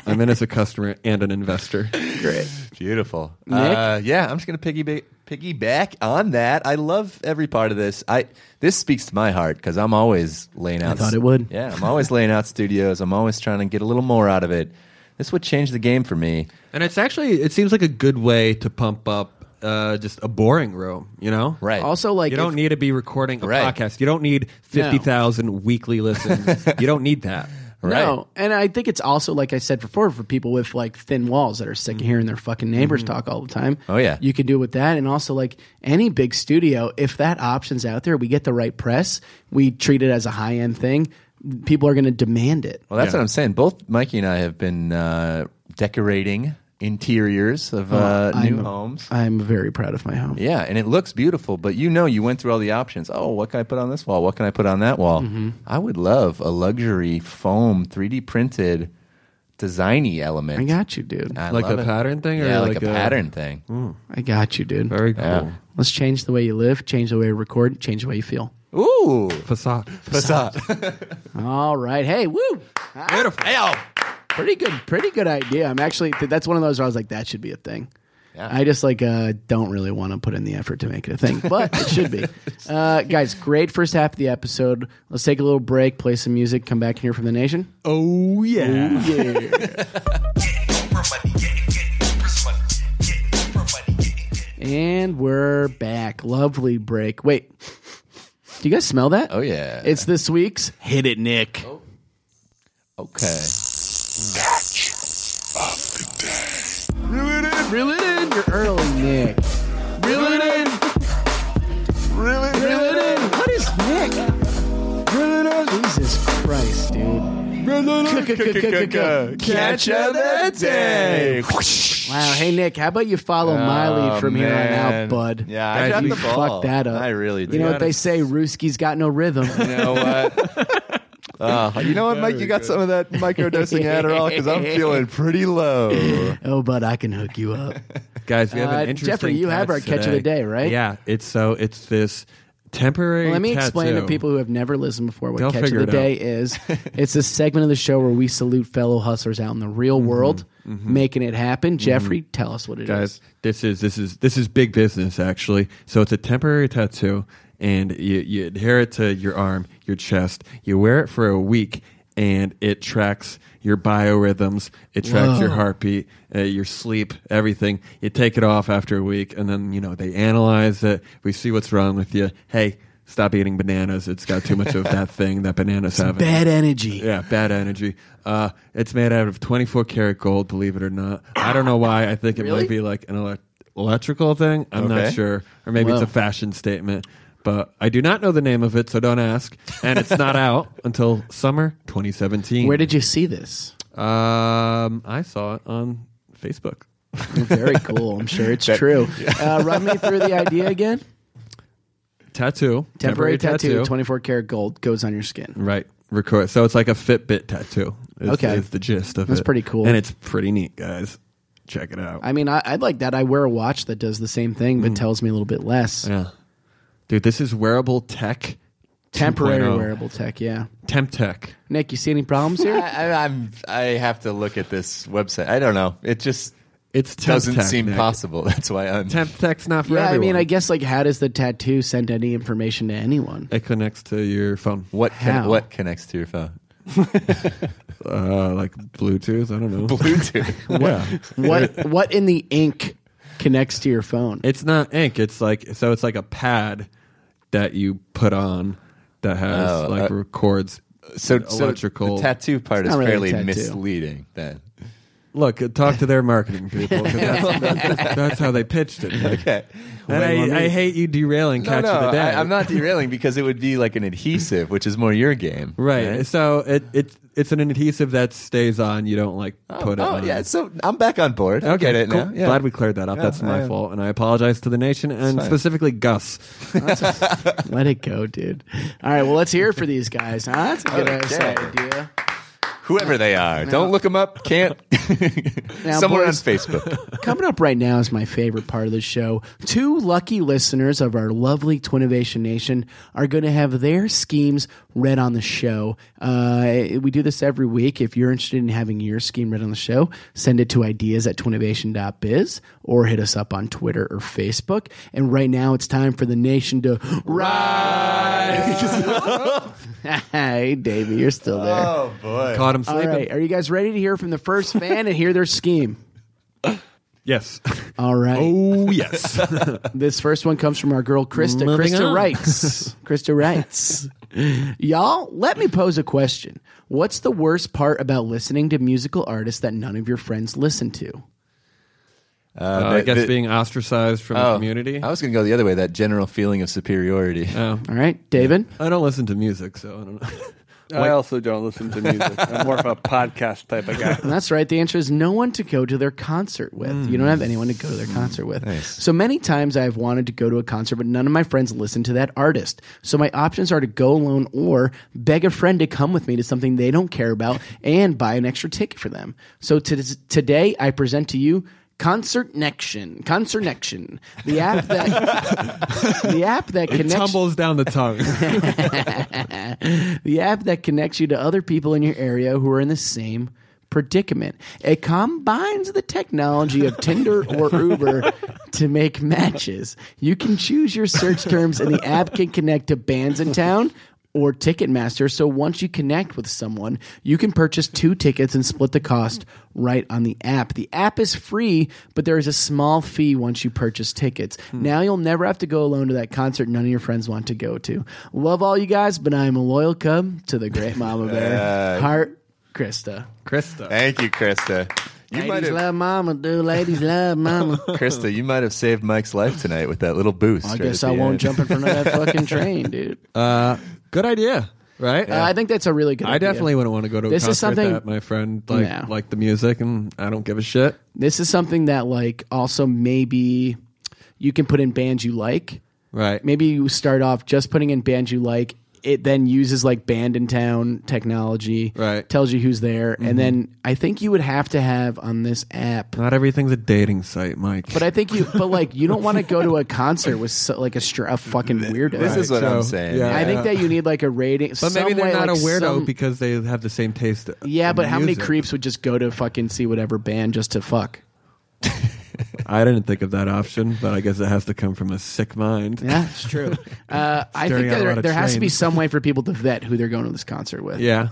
[SPEAKER 6] I'm in as a customer and an investor.
[SPEAKER 3] Great.
[SPEAKER 5] Beautiful. Uh, yeah, I'm just gonna piggyback piggyback on that. I love every part of this. I this speaks to my heart because I'm always laying out.
[SPEAKER 3] thought it would.
[SPEAKER 5] Yeah, I'm always laying out studios. I'm always trying to get a little more out of it. This would change the game for me.
[SPEAKER 6] And it's actually it seems like a good way to pump up uh, just a boring room, you know?
[SPEAKER 5] Right.
[SPEAKER 3] Also, like,
[SPEAKER 6] you don't
[SPEAKER 3] if-
[SPEAKER 6] need to be recording a
[SPEAKER 5] Right.
[SPEAKER 6] podcast. You don't need fifty thousand weekly listens. you don't need that.
[SPEAKER 5] Right.
[SPEAKER 3] No, and I think it's also like I said before for people with like thin walls that are sick of hearing their fucking neighbors talk all the time.
[SPEAKER 5] Oh, yeah.
[SPEAKER 3] you can do with that, and also like any big studio, if that option's out there, we get the right press, we treat it as a high end thing. People are going to demand it.
[SPEAKER 5] Well, that's what I'm saying. Both Mikey and I have been uh, decorating interiors of
[SPEAKER 3] Oh,
[SPEAKER 5] uh, new
[SPEAKER 3] I'm-
[SPEAKER 5] homes.
[SPEAKER 3] I'm very proud of my home.
[SPEAKER 5] Yeah, and it looks beautiful, but you know, you went through all the options. Oh, what can I put on this wall? What can I put on that wall?
[SPEAKER 3] Mm-hmm.
[SPEAKER 5] I would love a luxury foam, 3D printed, designy element.
[SPEAKER 3] I got you, dude.
[SPEAKER 5] I
[SPEAKER 6] Like
[SPEAKER 5] love
[SPEAKER 6] a
[SPEAKER 5] it.
[SPEAKER 6] pattern thing or
[SPEAKER 5] yeah,
[SPEAKER 6] like
[SPEAKER 5] a,
[SPEAKER 6] a-
[SPEAKER 5] pattern thing.
[SPEAKER 3] I got you, dude.
[SPEAKER 6] Very cool.
[SPEAKER 5] Yeah.
[SPEAKER 3] Let's change the way you live, change the way you record, change the way you feel.
[SPEAKER 5] Ooh,
[SPEAKER 6] Facade.
[SPEAKER 5] facade.
[SPEAKER 3] All right. Hey, woo.
[SPEAKER 5] Beautiful. Hey, oh.
[SPEAKER 3] Pretty good. Pretty good idea. I'm actually, th- that's one of those where I was like, that should be a thing. I just like uh, don't really want to put in the effort to make it a thing, but it should be. Uh, guys, great first half of the episode. Let's take a little break, play some music, come back and hear from the nation.
[SPEAKER 6] Oh yeah.
[SPEAKER 3] And we're back. Lovely break. Wait, do you guys smell that?
[SPEAKER 5] Oh yeah.
[SPEAKER 3] It's this week's Hit It Nick.
[SPEAKER 5] okay.
[SPEAKER 3] Reel it in. Reel it in. You're early, Nick. Reel it in. Reel it, Reel it in. What is Nick? Reel it in. Jesus Christ, dude.
[SPEAKER 5] Catch of the day.
[SPEAKER 3] Wow. Hey, Nick, how about you follow my lead from here on
[SPEAKER 5] Oh, man.
[SPEAKER 3] out, bud?
[SPEAKER 5] Yeah, I
[SPEAKER 3] you
[SPEAKER 5] dropped the ball.
[SPEAKER 3] fucked that up.
[SPEAKER 5] I really did.
[SPEAKER 3] You know what they say, Rooskie's got no rhythm.
[SPEAKER 5] You know what? Uh, you know what, Mike? You got some of that microdosing Adderall because I'm feeling pretty low.
[SPEAKER 3] oh, bud, I can hook you up.
[SPEAKER 6] Guys, we have
[SPEAKER 3] Uh,
[SPEAKER 6] an interesting
[SPEAKER 3] Jeffrey, you have our catch of the
[SPEAKER 6] today.
[SPEAKER 3] day, right?
[SPEAKER 6] Yeah, it's so it's this temporary.
[SPEAKER 3] Well, let me explain to
[SPEAKER 6] tattoo.
[SPEAKER 3] people who have never listened before what
[SPEAKER 6] They'll
[SPEAKER 3] Catch of
[SPEAKER 6] figure
[SPEAKER 3] the Day
[SPEAKER 6] it out.
[SPEAKER 3] is. it's a segment of the show where we salute fellow hustlers out in the real
[SPEAKER 5] Mm-hmm.
[SPEAKER 3] world, making it happen. Jeffrey, tell us what it is.
[SPEAKER 6] guys this is this is this is big business actually so it's a temporary tattoo and you, you adhere it to your arm your chest you wear it for a week and it tracks your biorhythms it tracks your heartbeat uh, your sleep everything you take it off after a week and then you know they analyze it we see what's wrong with you hey stop eating bananas it's got too much of that thing that bananas have in it.
[SPEAKER 3] Bad energy.
[SPEAKER 6] Yeah, bad energy. Uh, it's made out of 24 karat gold, believe it or not. I don't know why. I think it
[SPEAKER 3] Really?
[SPEAKER 6] might be like an elec electrical thing. I'm
[SPEAKER 5] Okay.
[SPEAKER 6] not sure. Or maybe it's
[SPEAKER 3] Whoa.
[SPEAKER 6] a fashion statement. But I do not know the name of it, so don't ask. And it's not out until summer 2017.
[SPEAKER 3] Where did you see this?
[SPEAKER 6] Um, I saw it on Facebook.
[SPEAKER 3] Very cool. I'm sure it's true. Uh, run me through the idea again.
[SPEAKER 6] Tattoo.
[SPEAKER 3] Temporary, tattoo, 24 karat gold goes on your skin.
[SPEAKER 6] Right. Record. So it's like a Fitbit tattoo. Is,
[SPEAKER 3] Okay.
[SPEAKER 6] Is the gist of it.
[SPEAKER 3] That's pretty cool.
[SPEAKER 6] And it's pretty neat, guys. Check it out.
[SPEAKER 3] I mean, I, I'd like that. I wear a watch that does the same thing, but tells me a little bit less.
[SPEAKER 6] Mm. Yeah. Dude, this is wearable tech.
[SPEAKER 3] Temporary
[SPEAKER 6] 2.0.
[SPEAKER 3] wearable tech, yeah.
[SPEAKER 6] Temp tech.
[SPEAKER 3] Nick, you see any problems
[SPEAKER 5] I,
[SPEAKER 3] here?
[SPEAKER 5] I, I'm. I have to look at this website. I don't know. It just
[SPEAKER 6] It's temp
[SPEAKER 5] doesn't
[SPEAKER 6] tech,
[SPEAKER 5] seem
[SPEAKER 6] Nick.
[SPEAKER 5] possible. That's why I'm.
[SPEAKER 6] Temp tech's not for
[SPEAKER 3] yeah, I mean,
[SPEAKER 6] everyone.
[SPEAKER 3] I guess, like, how does the tattoo send any information to anyone?
[SPEAKER 6] it connects to your phone,
[SPEAKER 5] What
[SPEAKER 3] How?
[SPEAKER 5] con- what connects to your phone?
[SPEAKER 6] uh, like Bluetooth. I don't know.
[SPEAKER 5] Bluetooth.
[SPEAKER 6] yeah.
[SPEAKER 3] what what in the ink connects to your phone?
[SPEAKER 6] It's not ink. It's like so. It's like a pad that you put on that has
[SPEAKER 5] Oh,
[SPEAKER 6] like
[SPEAKER 5] uh,
[SPEAKER 6] records.
[SPEAKER 5] so, so
[SPEAKER 6] electrical.
[SPEAKER 5] the tattoo part
[SPEAKER 3] It's not
[SPEAKER 5] is
[SPEAKER 3] really a
[SPEAKER 5] fairly
[SPEAKER 3] tattoo.
[SPEAKER 5] misleading. Then
[SPEAKER 6] Look, talk to their marketing people. 'cause That's, that's- that's how they pitched it.
[SPEAKER 5] okay.
[SPEAKER 6] And I, I hate you derailing
[SPEAKER 5] No,
[SPEAKER 6] catch
[SPEAKER 5] no,
[SPEAKER 6] of the day.
[SPEAKER 5] I, I'm not derailing because it would be like an adhesive, which is more your game,
[SPEAKER 6] right. So it it's it's an adhesive that stays on. You don't like
[SPEAKER 5] Oh,
[SPEAKER 6] put it.
[SPEAKER 5] oh,
[SPEAKER 6] on.
[SPEAKER 5] yeah. So I'm back on board. I
[SPEAKER 6] Okay,
[SPEAKER 5] get it
[SPEAKER 6] cool.
[SPEAKER 5] now. Yeah.
[SPEAKER 6] Glad we cleared that up.
[SPEAKER 5] Yeah,
[SPEAKER 6] That's my
[SPEAKER 5] yeah.
[SPEAKER 6] fault, and I apologize to the nation and
[SPEAKER 5] fine.
[SPEAKER 6] specifically Gus.
[SPEAKER 3] Let it go, dude. All right, well, let's hear it for these guys. Huh? That's a
[SPEAKER 6] Oh,
[SPEAKER 3] good
[SPEAKER 5] Okay.
[SPEAKER 3] idea.
[SPEAKER 5] Whoever they are, don't look them up. Can't.
[SPEAKER 3] Now,
[SPEAKER 5] Somewhere
[SPEAKER 3] boys-
[SPEAKER 5] on Facebook.
[SPEAKER 3] Coming up right now is my favorite part of the show. Two lucky listeners of our lovely Twinnovation Nation are going to have their schemes read on the show. Uh, we do this every week. If you're interested in having your scheme read on the show, send it to ideas at twinnovation.biz or hit us up on Twitter or Facebook. And right now it's time for the nation to rise. hey, Davey, you're still there.
[SPEAKER 6] Caught him
[SPEAKER 3] All
[SPEAKER 6] sleeping.
[SPEAKER 3] right. Are you guys ready to hear from the first fan and hear their scheme?
[SPEAKER 6] Yes.
[SPEAKER 3] All right.
[SPEAKER 6] Oh yes.
[SPEAKER 3] This first one comes from our girl Krista.
[SPEAKER 6] Moving
[SPEAKER 3] Krista
[SPEAKER 6] on.
[SPEAKER 3] writes. Krista writes. Y'all, let me pose a question. What's the worst part about listening to musical artists that none of your friends listen to?
[SPEAKER 5] Uh,
[SPEAKER 6] Uh, I
[SPEAKER 5] that-
[SPEAKER 6] guess
[SPEAKER 5] that-
[SPEAKER 6] being ostracized from the
[SPEAKER 5] oh,
[SPEAKER 6] community. Oh.
[SPEAKER 5] I was going to go the other way. That general feeling of superiority.
[SPEAKER 3] All right, David.
[SPEAKER 6] I don't listen to music, so I don't know.
[SPEAKER 4] I also don't listen to music. I'm more of a podcast type of guy.
[SPEAKER 3] That's right. The answer is no one to go to their concert with. You don't have anyone to go to their concert with. So many times I've wanted to go to a concert, but none of my friends listen to that artist. So my options are to go alone or beg a friend to come with me to something they don't care about and buy an extra ticket for them. So to- today I present to you Concert Nection. Concert Nection. The app that the app that connects
[SPEAKER 6] Tumbles down the tongue.
[SPEAKER 3] the app that connects you to other people in your area who are in the same predicament. It combines the technology of Tinder or Uber to make matches. You can choose your search terms, and the app can connect to bands in town or Ticketmaster. So once you connect with someone, you can purchase two tickets and split the cost right on the app. The app is free, but there is a small fee once you purchase tickets.
[SPEAKER 6] Hmm.
[SPEAKER 3] Now you'll never have to go alone to that concert none of your friends want to go to. Love all you guys, but I'm a loyal cub to the great Mama Bear. Heart, Krista.
[SPEAKER 6] Krista.
[SPEAKER 5] Thank you, Krista. You might
[SPEAKER 3] Ladies
[SPEAKER 5] have,
[SPEAKER 3] love mama, do ladies love mama.
[SPEAKER 5] Krista, you might have saved Mike's life tonight with that little boost.
[SPEAKER 3] I
[SPEAKER 5] right
[SPEAKER 3] guess
[SPEAKER 5] at
[SPEAKER 3] I
[SPEAKER 5] the
[SPEAKER 3] won't
[SPEAKER 5] end.
[SPEAKER 3] jump in front of that fucking train, dude.
[SPEAKER 6] Uh, good idea, right?
[SPEAKER 3] Uh, I think that's a really good.
[SPEAKER 6] I
[SPEAKER 3] idea.
[SPEAKER 6] definitely wouldn't want to go to a
[SPEAKER 3] This is
[SPEAKER 6] concert
[SPEAKER 3] something-
[SPEAKER 6] that my friend like
[SPEAKER 3] No.
[SPEAKER 6] like the music and I don't give a shit.
[SPEAKER 3] This is something that like also maybe you can put in bands you like.
[SPEAKER 6] Right.
[SPEAKER 3] Maybe you start off just putting in bands you like. It then uses like band in town technology.
[SPEAKER 6] Right. Mm-hmm.
[SPEAKER 3] Tells you who's there, and then I think you would have to have on this app.
[SPEAKER 6] Not everything's a dating site, Mike.
[SPEAKER 3] But I think you, but like you don't want to go to a concert with so, like a, str- a fucking weirdo.
[SPEAKER 5] This is what
[SPEAKER 6] so,
[SPEAKER 5] I'm saying.
[SPEAKER 6] yeah.
[SPEAKER 3] I think that you need like a rating.
[SPEAKER 6] but maybe they're not a weirdo
[SPEAKER 3] Some,
[SPEAKER 6] because they have the same taste.
[SPEAKER 3] yeah,
[SPEAKER 6] in
[SPEAKER 3] but how many
[SPEAKER 6] music.
[SPEAKER 3] creeps would just go to fucking see whatever band just to fuck?
[SPEAKER 6] I didn't think of that option, but I guess it has to come from a sick mind.
[SPEAKER 3] Yeah, it's true. Uh, I
[SPEAKER 6] Staring
[SPEAKER 3] think that
[SPEAKER 6] at a
[SPEAKER 3] there,
[SPEAKER 6] lot of
[SPEAKER 3] there has to be
[SPEAKER 6] trains.
[SPEAKER 3] some way for people to vet who they're going to this concert with.
[SPEAKER 6] Yeah.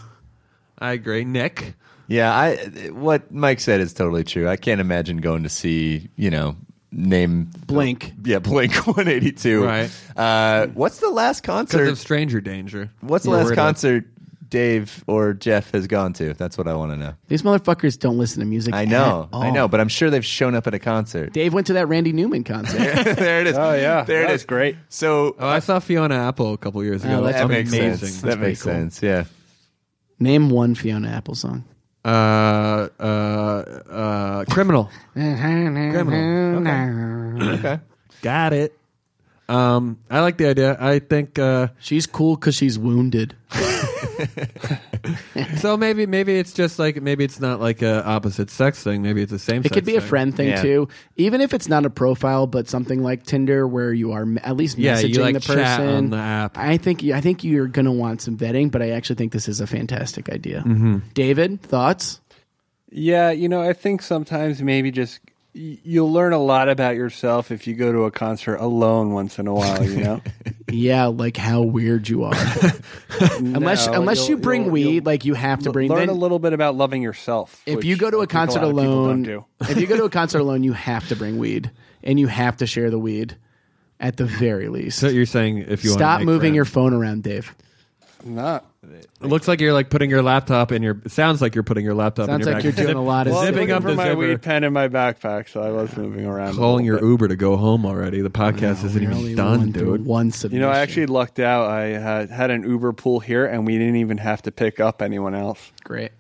[SPEAKER 6] I agree, Nick.
[SPEAKER 5] Yeah, I what Mike said is totally true. I can't imagine going to see, you know, name
[SPEAKER 3] Blink.
[SPEAKER 5] yeah, Blink 182.
[SPEAKER 6] Right.
[SPEAKER 5] Uh, what's the last concert?
[SPEAKER 6] Because of stranger danger.
[SPEAKER 5] what's the
[SPEAKER 6] We're
[SPEAKER 5] last
[SPEAKER 6] worried about-
[SPEAKER 5] concert Dave or Jeff has gone to? That's what I want to know.
[SPEAKER 3] These motherfuckers don't listen to music.
[SPEAKER 5] I know.
[SPEAKER 3] at
[SPEAKER 5] I
[SPEAKER 6] Oh.
[SPEAKER 3] all.
[SPEAKER 5] know, but I'm sure they've shown up at a concert.
[SPEAKER 3] Dave went to that Randy Newman concert.
[SPEAKER 5] there it is.
[SPEAKER 4] Oh, yeah.
[SPEAKER 5] There it
[SPEAKER 4] That
[SPEAKER 5] is.
[SPEAKER 4] was great.
[SPEAKER 5] So
[SPEAKER 6] Oh, I saw Fiona Apple a couple years ago.
[SPEAKER 3] Oh, that's
[SPEAKER 5] that
[SPEAKER 3] That's
[SPEAKER 5] makes
[SPEAKER 6] amazing.
[SPEAKER 5] sense.
[SPEAKER 3] That's
[SPEAKER 5] That makes
[SPEAKER 3] pretty cool.
[SPEAKER 5] sense. Yeah.
[SPEAKER 3] Name one Fiona Apple song.
[SPEAKER 6] Uh, uh, uh, criminal.
[SPEAKER 5] Okay.
[SPEAKER 6] Got it. Um, I like the idea. I think uh,
[SPEAKER 3] She's cool because she's wounded.
[SPEAKER 6] so. Maybe maybe it's just like maybe it's not like a opposite sex thing. Maybe it's the same.
[SPEAKER 3] It could be a friend thing
[SPEAKER 5] Yeah.
[SPEAKER 3] too. Even if it's not a profile, but something like Tinder, where you are m- at least
[SPEAKER 6] Yeah, you,
[SPEAKER 3] messaging
[SPEAKER 6] like,
[SPEAKER 3] the person.
[SPEAKER 6] chat on the app.
[SPEAKER 3] I think I think you're gonna want some vetting, but I actually think this is a fantastic idea.
[SPEAKER 6] Mm-hmm.
[SPEAKER 3] David, thoughts?
[SPEAKER 4] Yeah, you know, I think sometimes maybe just y- you'll learn a lot about yourself if you go to a concert alone once in a while, you know?
[SPEAKER 3] Yeah, like how weird you are. unless
[SPEAKER 4] No,
[SPEAKER 3] unless you
[SPEAKER 4] you'll-
[SPEAKER 3] bring
[SPEAKER 4] you'll-
[SPEAKER 3] weed,
[SPEAKER 4] you'll
[SPEAKER 3] like you have to
[SPEAKER 4] l-
[SPEAKER 3] bring.
[SPEAKER 4] learn
[SPEAKER 3] Then
[SPEAKER 4] a little bit about loving yourself.
[SPEAKER 3] if
[SPEAKER 4] which
[SPEAKER 3] you go to
[SPEAKER 4] I
[SPEAKER 3] a
[SPEAKER 4] think a lot
[SPEAKER 3] concert
[SPEAKER 4] of people don't
[SPEAKER 3] alone,
[SPEAKER 4] do.
[SPEAKER 3] if you go to a concert alone, you have to bring weed and you have to share the weed at the very least.
[SPEAKER 6] So you're saying if you wanna
[SPEAKER 3] Stop
[SPEAKER 6] make
[SPEAKER 3] moving your
[SPEAKER 6] friends.
[SPEAKER 3] phone around, Dave.
[SPEAKER 4] I'm not.
[SPEAKER 6] It looks like you're like putting your laptop in your. It sounds like you're putting your laptop.
[SPEAKER 3] Sounds
[SPEAKER 6] in
[SPEAKER 3] like
[SPEAKER 6] your back-
[SPEAKER 3] you're doing
[SPEAKER 6] zip-
[SPEAKER 3] a lot of
[SPEAKER 4] Well, I'm
[SPEAKER 6] zipping
[SPEAKER 4] looking
[SPEAKER 6] up
[SPEAKER 4] for
[SPEAKER 6] the
[SPEAKER 4] my
[SPEAKER 6] zipper.
[SPEAKER 4] weed pen in my backpack, so I was moving around. a
[SPEAKER 6] Calling your
[SPEAKER 4] little bit.
[SPEAKER 6] Uber to go home already. The podcast isn't
[SPEAKER 3] We're
[SPEAKER 6] even
[SPEAKER 3] only
[SPEAKER 6] done,
[SPEAKER 3] one through
[SPEAKER 6] dude.
[SPEAKER 3] One
[SPEAKER 4] You
[SPEAKER 3] submission.
[SPEAKER 4] know, I actually lucked out. I had, had an Uber pool here, and we didn't even have to pick up anyone else.
[SPEAKER 3] great,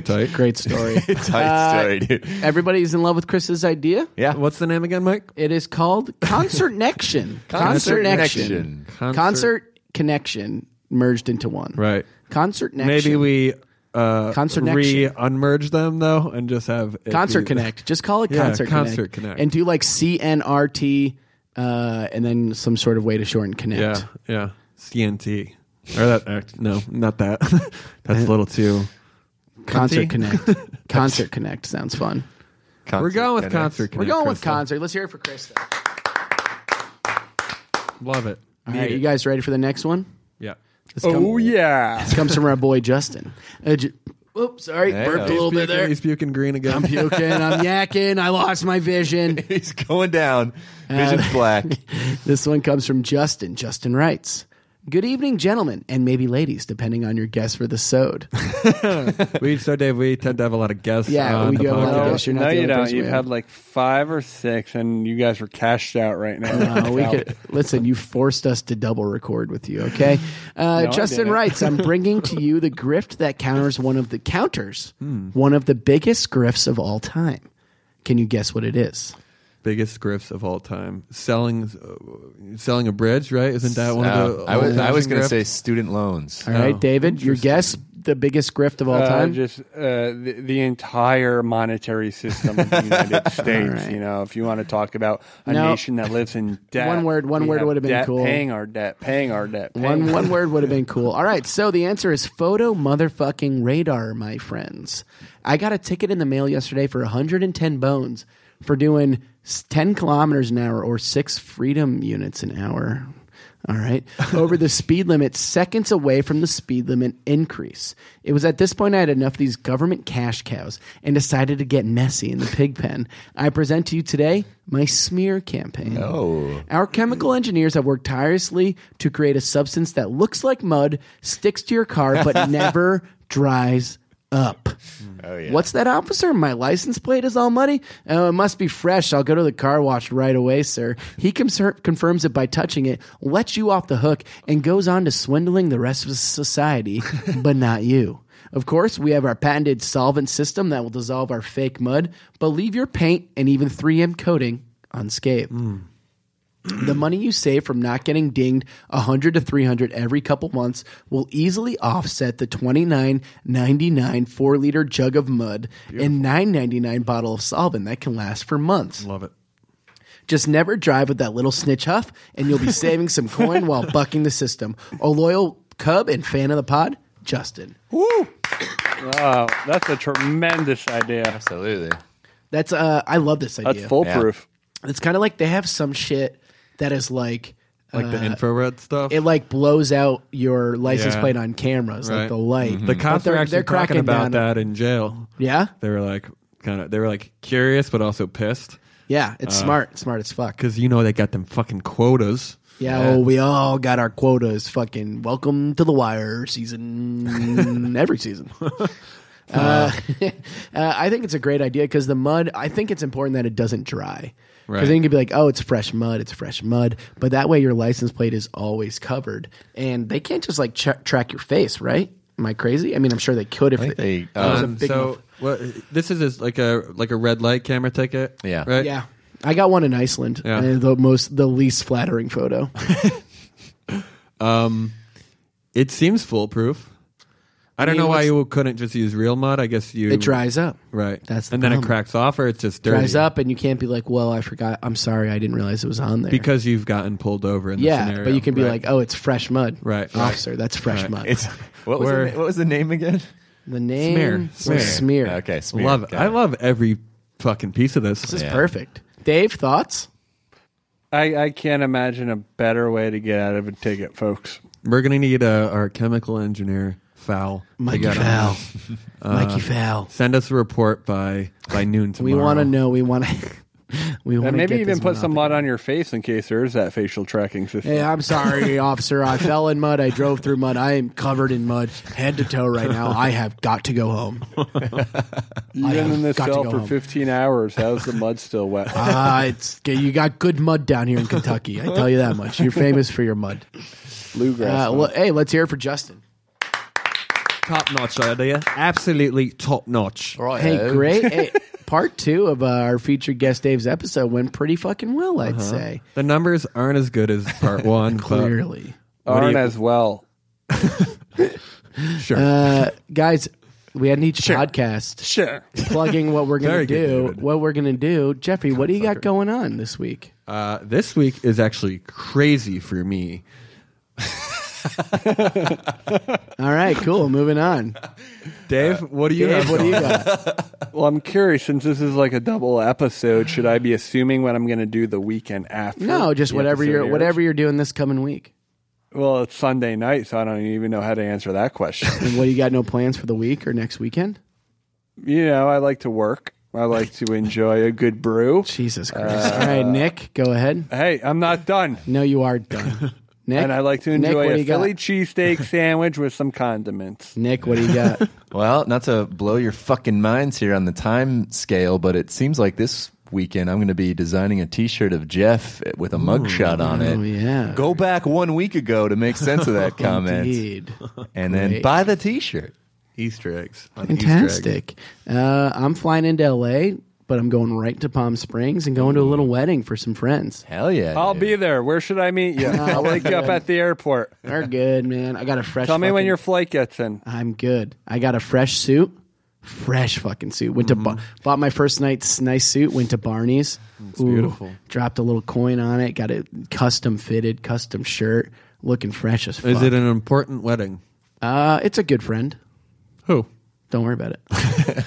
[SPEAKER 6] tight.
[SPEAKER 3] great story.
[SPEAKER 5] Tight
[SPEAKER 6] Uh,
[SPEAKER 5] story, dude.
[SPEAKER 3] Everybody's in love with Chris's idea.
[SPEAKER 5] Yeah.
[SPEAKER 6] What's the name again, Mike?
[SPEAKER 3] It is called Concert Concertnection.
[SPEAKER 5] Concert
[SPEAKER 3] Concertnection.
[SPEAKER 6] Connection.
[SPEAKER 3] Concert connection merged into one.
[SPEAKER 6] Right.
[SPEAKER 3] Concert Concertnection.
[SPEAKER 6] Maybe we uh,
[SPEAKER 3] Concert
[SPEAKER 6] re
[SPEAKER 3] Connection.
[SPEAKER 6] unmerge them though, and just have it
[SPEAKER 3] Concert
[SPEAKER 6] be-
[SPEAKER 3] Connect. Just call it
[SPEAKER 6] Yeah,
[SPEAKER 3] Concert,
[SPEAKER 6] Concert
[SPEAKER 3] Connect.
[SPEAKER 6] Connect.
[SPEAKER 3] And do like CNRT uh, and then some sort of way to shorten Connect.
[SPEAKER 6] Yeah, yeah. CNT or that act? No, not that. That's
[SPEAKER 5] Eh.
[SPEAKER 6] a little too.
[SPEAKER 3] Concert
[SPEAKER 6] Cunty?
[SPEAKER 3] Connect. concert Connect sounds fun.
[SPEAKER 5] Concert
[SPEAKER 6] We're going with
[SPEAKER 5] Connect.
[SPEAKER 6] concert.
[SPEAKER 3] We're
[SPEAKER 6] Connect,
[SPEAKER 3] going with
[SPEAKER 6] Crystal.
[SPEAKER 3] concert. Let's hear it for Krista.
[SPEAKER 6] Love it.
[SPEAKER 3] All
[SPEAKER 6] Need
[SPEAKER 3] right,
[SPEAKER 6] it.
[SPEAKER 3] you guys ready for the next one?
[SPEAKER 6] Yeah.
[SPEAKER 3] This
[SPEAKER 4] Oh, yeah.
[SPEAKER 3] This comes from our boy Justin. Uh, Ju- Oops, sorry,
[SPEAKER 5] There you
[SPEAKER 3] burped
[SPEAKER 5] go.
[SPEAKER 3] a little
[SPEAKER 6] He's
[SPEAKER 3] bit
[SPEAKER 6] puking-
[SPEAKER 3] there.
[SPEAKER 6] He's puking
[SPEAKER 3] I'm
[SPEAKER 6] green again.
[SPEAKER 3] puking. I'm yakking. I lost my vision.
[SPEAKER 5] He's going down. Vision's
[SPEAKER 3] Uh,
[SPEAKER 5] black.
[SPEAKER 3] This one comes from Justin. Justin writes, Good evening, gentlemen, and maybe ladies, depending on your guess for the sode.
[SPEAKER 6] we so Dave, we tend to have a lot of guests.
[SPEAKER 3] Yeah,
[SPEAKER 6] on
[SPEAKER 3] we
[SPEAKER 6] the
[SPEAKER 3] do have a lot of
[SPEAKER 6] podcast.
[SPEAKER 4] No,
[SPEAKER 3] guess you're not
[SPEAKER 4] no,
[SPEAKER 3] the
[SPEAKER 4] you
[SPEAKER 3] only
[SPEAKER 4] don't.
[SPEAKER 3] person we
[SPEAKER 4] You've
[SPEAKER 3] have.
[SPEAKER 4] had like five or six, and you guys are cashed out right now.
[SPEAKER 3] Uh, we could listen. You forced us to double record with you, okay? Uh,
[SPEAKER 4] I
[SPEAKER 3] Justin
[SPEAKER 4] didn't.
[SPEAKER 3] writes, "I'm bringing to you the grift that counters one of the
[SPEAKER 4] Hmm.
[SPEAKER 3] counters, one of the biggest grifts of all time. Can you guess what it is?
[SPEAKER 6] biggest grifts of all time. Selling, uh, selling a bridge, right? Isn't that one of
[SPEAKER 5] Uh,
[SPEAKER 6] the?
[SPEAKER 5] I was I was
[SPEAKER 6] old-fashioned
[SPEAKER 5] going to
[SPEAKER 6] grifts?
[SPEAKER 5] say student loans.
[SPEAKER 3] All right,
[SPEAKER 6] Oh,
[SPEAKER 3] David, your guess, the biggest grift of all
[SPEAKER 4] Uh,
[SPEAKER 3] time.
[SPEAKER 4] just uh, the, the entire monetary system of the United States. You know, if you want to talk about a
[SPEAKER 3] No.
[SPEAKER 4] nation that lives in debt,
[SPEAKER 3] One word- one
[SPEAKER 4] we
[SPEAKER 3] word
[SPEAKER 4] have
[SPEAKER 3] would've been
[SPEAKER 4] debt,
[SPEAKER 3] cool.
[SPEAKER 4] Paying our debt, paying our debt.
[SPEAKER 3] One
[SPEAKER 4] paying
[SPEAKER 3] one word would have been cool. All right, so the answer is photo motherfucking radar, my friends. I got a ticket in the mail yesterday for 110 bones for doing s- 10 kilometers an hour or six freedom units an hour. All right, over the speed limit, seconds away from the speed limit increase. It was at this point I had enough of these government cash cows and decided to get messy in the pig pen. I present to you today my smear campaign.
[SPEAKER 5] Oh.
[SPEAKER 3] Our chemical engineers have worked tirelessly to create a substance that looks like mud, sticks to your car, but never dries up.
[SPEAKER 5] Oh yeah.
[SPEAKER 3] What's that, officer? My license plate is all muddy. Oh, it must be fresh. I'll go to the car wash right away, sir. He conser- confirms it by touching it, lets you off the hook, and goes on to swindling the rest of society, but not you. Of course, we have our patented solvent system that will dissolve our fake mud, but leave your paint and even 3M coating unscathed the money you save from not getting dinged 100 to 300 every couple months will easily offset the 29.99 4 liter jug of mud and 9.99 bottle of solvent that can last for months
[SPEAKER 6] Love it.
[SPEAKER 3] just never drive with that little snitch huff, and you'll be saving some coin while bucking the system. A loyal cub and fan of the pod, Justin.
[SPEAKER 4] Wow, that's a tremendous idea.
[SPEAKER 5] Absolutely.
[SPEAKER 3] That's uh, I love this
[SPEAKER 4] That's
[SPEAKER 3] idea.
[SPEAKER 4] foolproof.
[SPEAKER 3] It's kind of like they have some shit that is like
[SPEAKER 6] Like
[SPEAKER 3] uh,
[SPEAKER 6] the infrared stuff.
[SPEAKER 3] it like blows out your license
[SPEAKER 6] Yeah.
[SPEAKER 3] plate on cameras, like
[SPEAKER 6] Right. Mm-hmm.
[SPEAKER 3] the light.
[SPEAKER 6] the
[SPEAKER 5] Mm.
[SPEAKER 3] But
[SPEAKER 6] cops are actually talking about
[SPEAKER 3] down-
[SPEAKER 6] that in jail.
[SPEAKER 3] Yeah,
[SPEAKER 6] They were like kind of they were like curious but also pissed
[SPEAKER 3] yeah,
[SPEAKER 6] Uh,
[SPEAKER 3] it's smart, smart as fuck.
[SPEAKER 6] because you know they got them fucking quotas.
[SPEAKER 3] Yeah, well, we all got our quotas. Fucking welcome to the wire season, every season. Uh, uh, I think it's a great idea because the mud. I think it's important that it doesn't dry. Because
[SPEAKER 6] Right.
[SPEAKER 3] then you could be like, "Oh, it's fresh mud. It's fresh mud." But that way, your license plate is always covered, and they can't just like ch- track your face, right? Am I crazy? I mean, I'm sure they could if
[SPEAKER 5] I think
[SPEAKER 3] they-
[SPEAKER 5] they, uh,
[SPEAKER 3] was a
[SPEAKER 6] Um,
[SPEAKER 3] big
[SPEAKER 6] so
[SPEAKER 3] enough-
[SPEAKER 6] what- this is just like a like a red light camera ticket.
[SPEAKER 5] Yeah.
[SPEAKER 6] Right.
[SPEAKER 3] Yeah, I got one in Iceland.
[SPEAKER 6] Yeah.
[SPEAKER 3] and the most, the least flattering photo.
[SPEAKER 6] It seems foolproof. I don't
[SPEAKER 3] mean,
[SPEAKER 6] know why
[SPEAKER 3] what's-
[SPEAKER 6] you couldn't just use real mud. I guess you
[SPEAKER 3] It dries up.
[SPEAKER 6] Right.
[SPEAKER 3] That's the
[SPEAKER 6] and then it
[SPEAKER 3] problem.
[SPEAKER 6] cracks off or it's just dirty.
[SPEAKER 3] Dries up, and you can't be like, "Well, I forgot. I'm sorry. I didn't realize it was on there."
[SPEAKER 6] because you've gotten pulled over in the
[SPEAKER 3] yeah,
[SPEAKER 6] scenario.
[SPEAKER 3] but you can be
[SPEAKER 6] right.
[SPEAKER 3] like, "Oh, it's fresh mud,
[SPEAKER 6] Right, right.
[SPEAKER 3] officer? That's fresh mud."
[SPEAKER 5] it's what was, the,
[SPEAKER 6] Where-
[SPEAKER 5] na- what was the name again?
[SPEAKER 3] the name
[SPEAKER 6] Smear.
[SPEAKER 3] was
[SPEAKER 6] Smear.
[SPEAKER 3] smear.
[SPEAKER 5] Okay, smear.
[SPEAKER 6] love it.
[SPEAKER 5] Got
[SPEAKER 6] I love every fucking piece of this.
[SPEAKER 3] this is
[SPEAKER 5] Yeah.
[SPEAKER 3] perfect. Dave, thoughts?
[SPEAKER 4] I, I can't imagine a better way to get out of a ticket, folks.
[SPEAKER 6] We're gonna need uh our chemical engineer Fowl. to
[SPEAKER 3] Mikey
[SPEAKER 6] get on.
[SPEAKER 3] Fowl,
[SPEAKER 6] Uh,
[SPEAKER 3] Mikey Fowl.
[SPEAKER 6] Send us a report by by noon
[SPEAKER 3] We
[SPEAKER 6] tomorrow.
[SPEAKER 3] want to know. We want to. we want
[SPEAKER 4] And
[SPEAKER 3] to
[SPEAKER 4] maybe even put some mud on your face in case there is that facial tracking system.
[SPEAKER 3] Hey, I'm sorry, officer. I fell in mud. I drove through mud. I am covered in mud, head to toe right now. I have got to go home. I
[SPEAKER 4] You've been
[SPEAKER 3] have
[SPEAKER 4] in this
[SPEAKER 3] got to
[SPEAKER 4] cell
[SPEAKER 3] go
[SPEAKER 4] for
[SPEAKER 3] home.
[SPEAKER 4] 15 hours. How's the mud still wet?
[SPEAKER 3] Ah, it's you got good mud down here in Kentucky. I tell you that much. You're famous for your mud.
[SPEAKER 4] Bluegrass.
[SPEAKER 3] Uh, well, hey, let's hear it for Justin.
[SPEAKER 6] top notch idea. Absolutely top notch.
[SPEAKER 5] Right.
[SPEAKER 3] Hey, great. Hey, part two of uh, our featured guest Dave's episode went pretty fucking well, I'd say.
[SPEAKER 6] The numbers aren't as good as part one. Uh-huh. but
[SPEAKER 3] Clearly.
[SPEAKER 6] what do
[SPEAKER 4] Aren't
[SPEAKER 6] you-
[SPEAKER 4] as well.
[SPEAKER 6] sure.
[SPEAKER 3] Uh, guys, we had each podcast
[SPEAKER 4] Sure.
[SPEAKER 3] plugging what we're going to
[SPEAKER 6] Very good,
[SPEAKER 3] do.
[SPEAKER 6] David.
[SPEAKER 3] What we're going to do. Jeffrey, what do you got going on this week?
[SPEAKER 6] Uh, this week is actually crazy for me.
[SPEAKER 3] All right, cool. Moving on.
[SPEAKER 6] Dave, what do you
[SPEAKER 3] Dave,
[SPEAKER 6] have?
[SPEAKER 3] what do you
[SPEAKER 6] going?
[SPEAKER 3] got?
[SPEAKER 4] Well, I'm curious since this is like a double episode, should I be assuming what I'm going to do the weekend after?
[SPEAKER 3] No, just
[SPEAKER 4] the
[SPEAKER 3] whatever
[SPEAKER 4] episode
[SPEAKER 3] you're
[SPEAKER 4] airs?
[SPEAKER 3] whatever you're doing this coming week.
[SPEAKER 4] Well, it's Sunday night, so I don't even know how to answer that question.
[SPEAKER 3] And what you got? No plans for the week or next weekend?
[SPEAKER 4] you know, I like to work. I like to enjoy a good brew.
[SPEAKER 3] Jesus Christ!
[SPEAKER 6] Uh,
[SPEAKER 3] All right, Nick, go ahead.
[SPEAKER 4] Hey, I'm not done.
[SPEAKER 3] No, you are done. Nick,
[SPEAKER 4] And I like to
[SPEAKER 3] Nick,
[SPEAKER 4] enjoy
[SPEAKER 3] what do
[SPEAKER 4] a
[SPEAKER 3] you got?
[SPEAKER 4] Philly cheesesteak sandwich with some condiments.
[SPEAKER 3] Nick, what do you got?
[SPEAKER 5] Well, not to blow your fucking minds here on the time scale, but it seems like this weekend I'm going to be designing a T-shirt of Jeff with a mugshot on it.
[SPEAKER 3] Oh yeah.
[SPEAKER 5] Go back one week ago to make sense of that comment,
[SPEAKER 3] Indeed.
[SPEAKER 5] and then
[SPEAKER 3] Great.
[SPEAKER 5] buy the T-shirt.
[SPEAKER 6] Easter eggs. An Easter egg.
[SPEAKER 3] Fantastic. Uh, I'm flying into LA but I'm going right to Palm Springs and going to a little wedding for some friends.
[SPEAKER 5] Hell yeah.
[SPEAKER 4] I'll
[SPEAKER 5] dude.
[SPEAKER 4] be there. Where should I meet you? I'll wake you up at the airport.
[SPEAKER 3] They're good, man. I got a fresh.
[SPEAKER 4] Tell me when
[SPEAKER 3] fucking-
[SPEAKER 4] your flight gets in.
[SPEAKER 3] I'm good. I got a fresh suit, fresh fucking suit. Went to Bar- bought my first night's nice suit. Went to Barney's. Ooh,
[SPEAKER 6] beautiful.
[SPEAKER 3] Dropped a little coin on it. Got it custom fitted, custom shirt, looking fresh as fuck.
[SPEAKER 6] Is it an important wedding?
[SPEAKER 3] uh, it's a good friend.
[SPEAKER 6] Who?
[SPEAKER 3] Don't worry about it.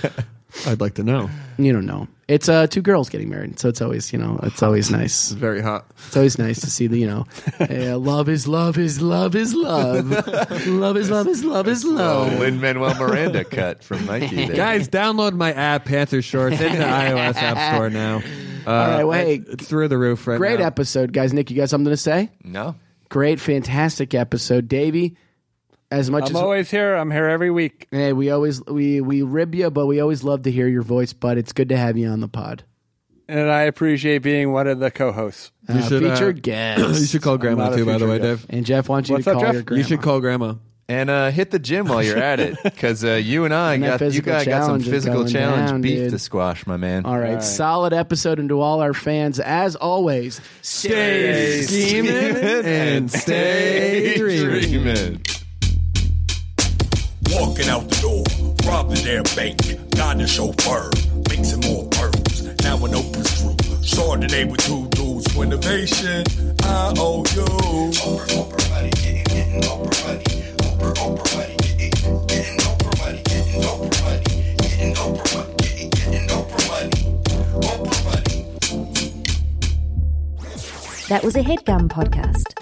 [SPEAKER 6] I'd like to know.
[SPEAKER 3] you don't know. It's uh, two girls getting married, so it's always you know it's always nice.
[SPEAKER 6] Very hot.
[SPEAKER 3] It's always nice to see the you know, eh, love is love is love is love, love is love is love is love.
[SPEAKER 5] Oh, Lin Manuel Miranda cut from Nike. There.
[SPEAKER 6] Guys, download my app, Panther Shorts. It's in the iOS App Store now. Uh, All
[SPEAKER 3] right, well, hey,
[SPEAKER 6] It's through the roof right
[SPEAKER 3] Great
[SPEAKER 6] now.
[SPEAKER 3] episode, guys. Nick, you got something to say?
[SPEAKER 5] no.
[SPEAKER 3] Great, fantastic episode, Davey. As much
[SPEAKER 4] I'm
[SPEAKER 3] as
[SPEAKER 4] always here. I'm here every week.
[SPEAKER 3] hey, we always we we rib you, but we always love to hear your voice. But it's good to have you on the pod.
[SPEAKER 4] And I appreciate being one of the co hosts.
[SPEAKER 3] Uh,
[SPEAKER 6] should, uh,
[SPEAKER 3] featured guest.
[SPEAKER 6] You should call
[SPEAKER 4] not
[SPEAKER 6] grandma
[SPEAKER 4] a
[SPEAKER 6] too, by the
[SPEAKER 4] future
[SPEAKER 6] way,
[SPEAKER 4] guest.
[SPEAKER 6] Dave.
[SPEAKER 3] and Jeff wants you
[SPEAKER 4] What's
[SPEAKER 3] to
[SPEAKER 4] up,
[SPEAKER 3] call
[SPEAKER 4] Jeff?
[SPEAKER 3] your grandma.
[SPEAKER 6] You should call grandma.
[SPEAKER 5] And uh, hit the gym while you're at it, because uh, you and I
[SPEAKER 3] And that
[SPEAKER 5] got you
[SPEAKER 3] physical
[SPEAKER 5] got, got some
[SPEAKER 3] challenge is
[SPEAKER 5] physical
[SPEAKER 3] going
[SPEAKER 5] challenge
[SPEAKER 3] down,
[SPEAKER 5] beef
[SPEAKER 3] dude.
[SPEAKER 5] to squash, my man.
[SPEAKER 3] All right, solid episode, and to all our fans, as always,
[SPEAKER 5] Stay scheming and stay dreaming.
[SPEAKER 2] Walking out the door, robbing their bank, got the chauffeur, mixing more pearls. Now an open screw, Chardonnay with two dudes for innovation. I owe you. Oprah, Oprah money, getting, getting Oprah money. Oprah, Oprah money, getting, getting Oprah money, getting Oprah money, getting Oprah money, getting, getting Oprah money. Oprah money.
[SPEAKER 1] That was a headgum podcast.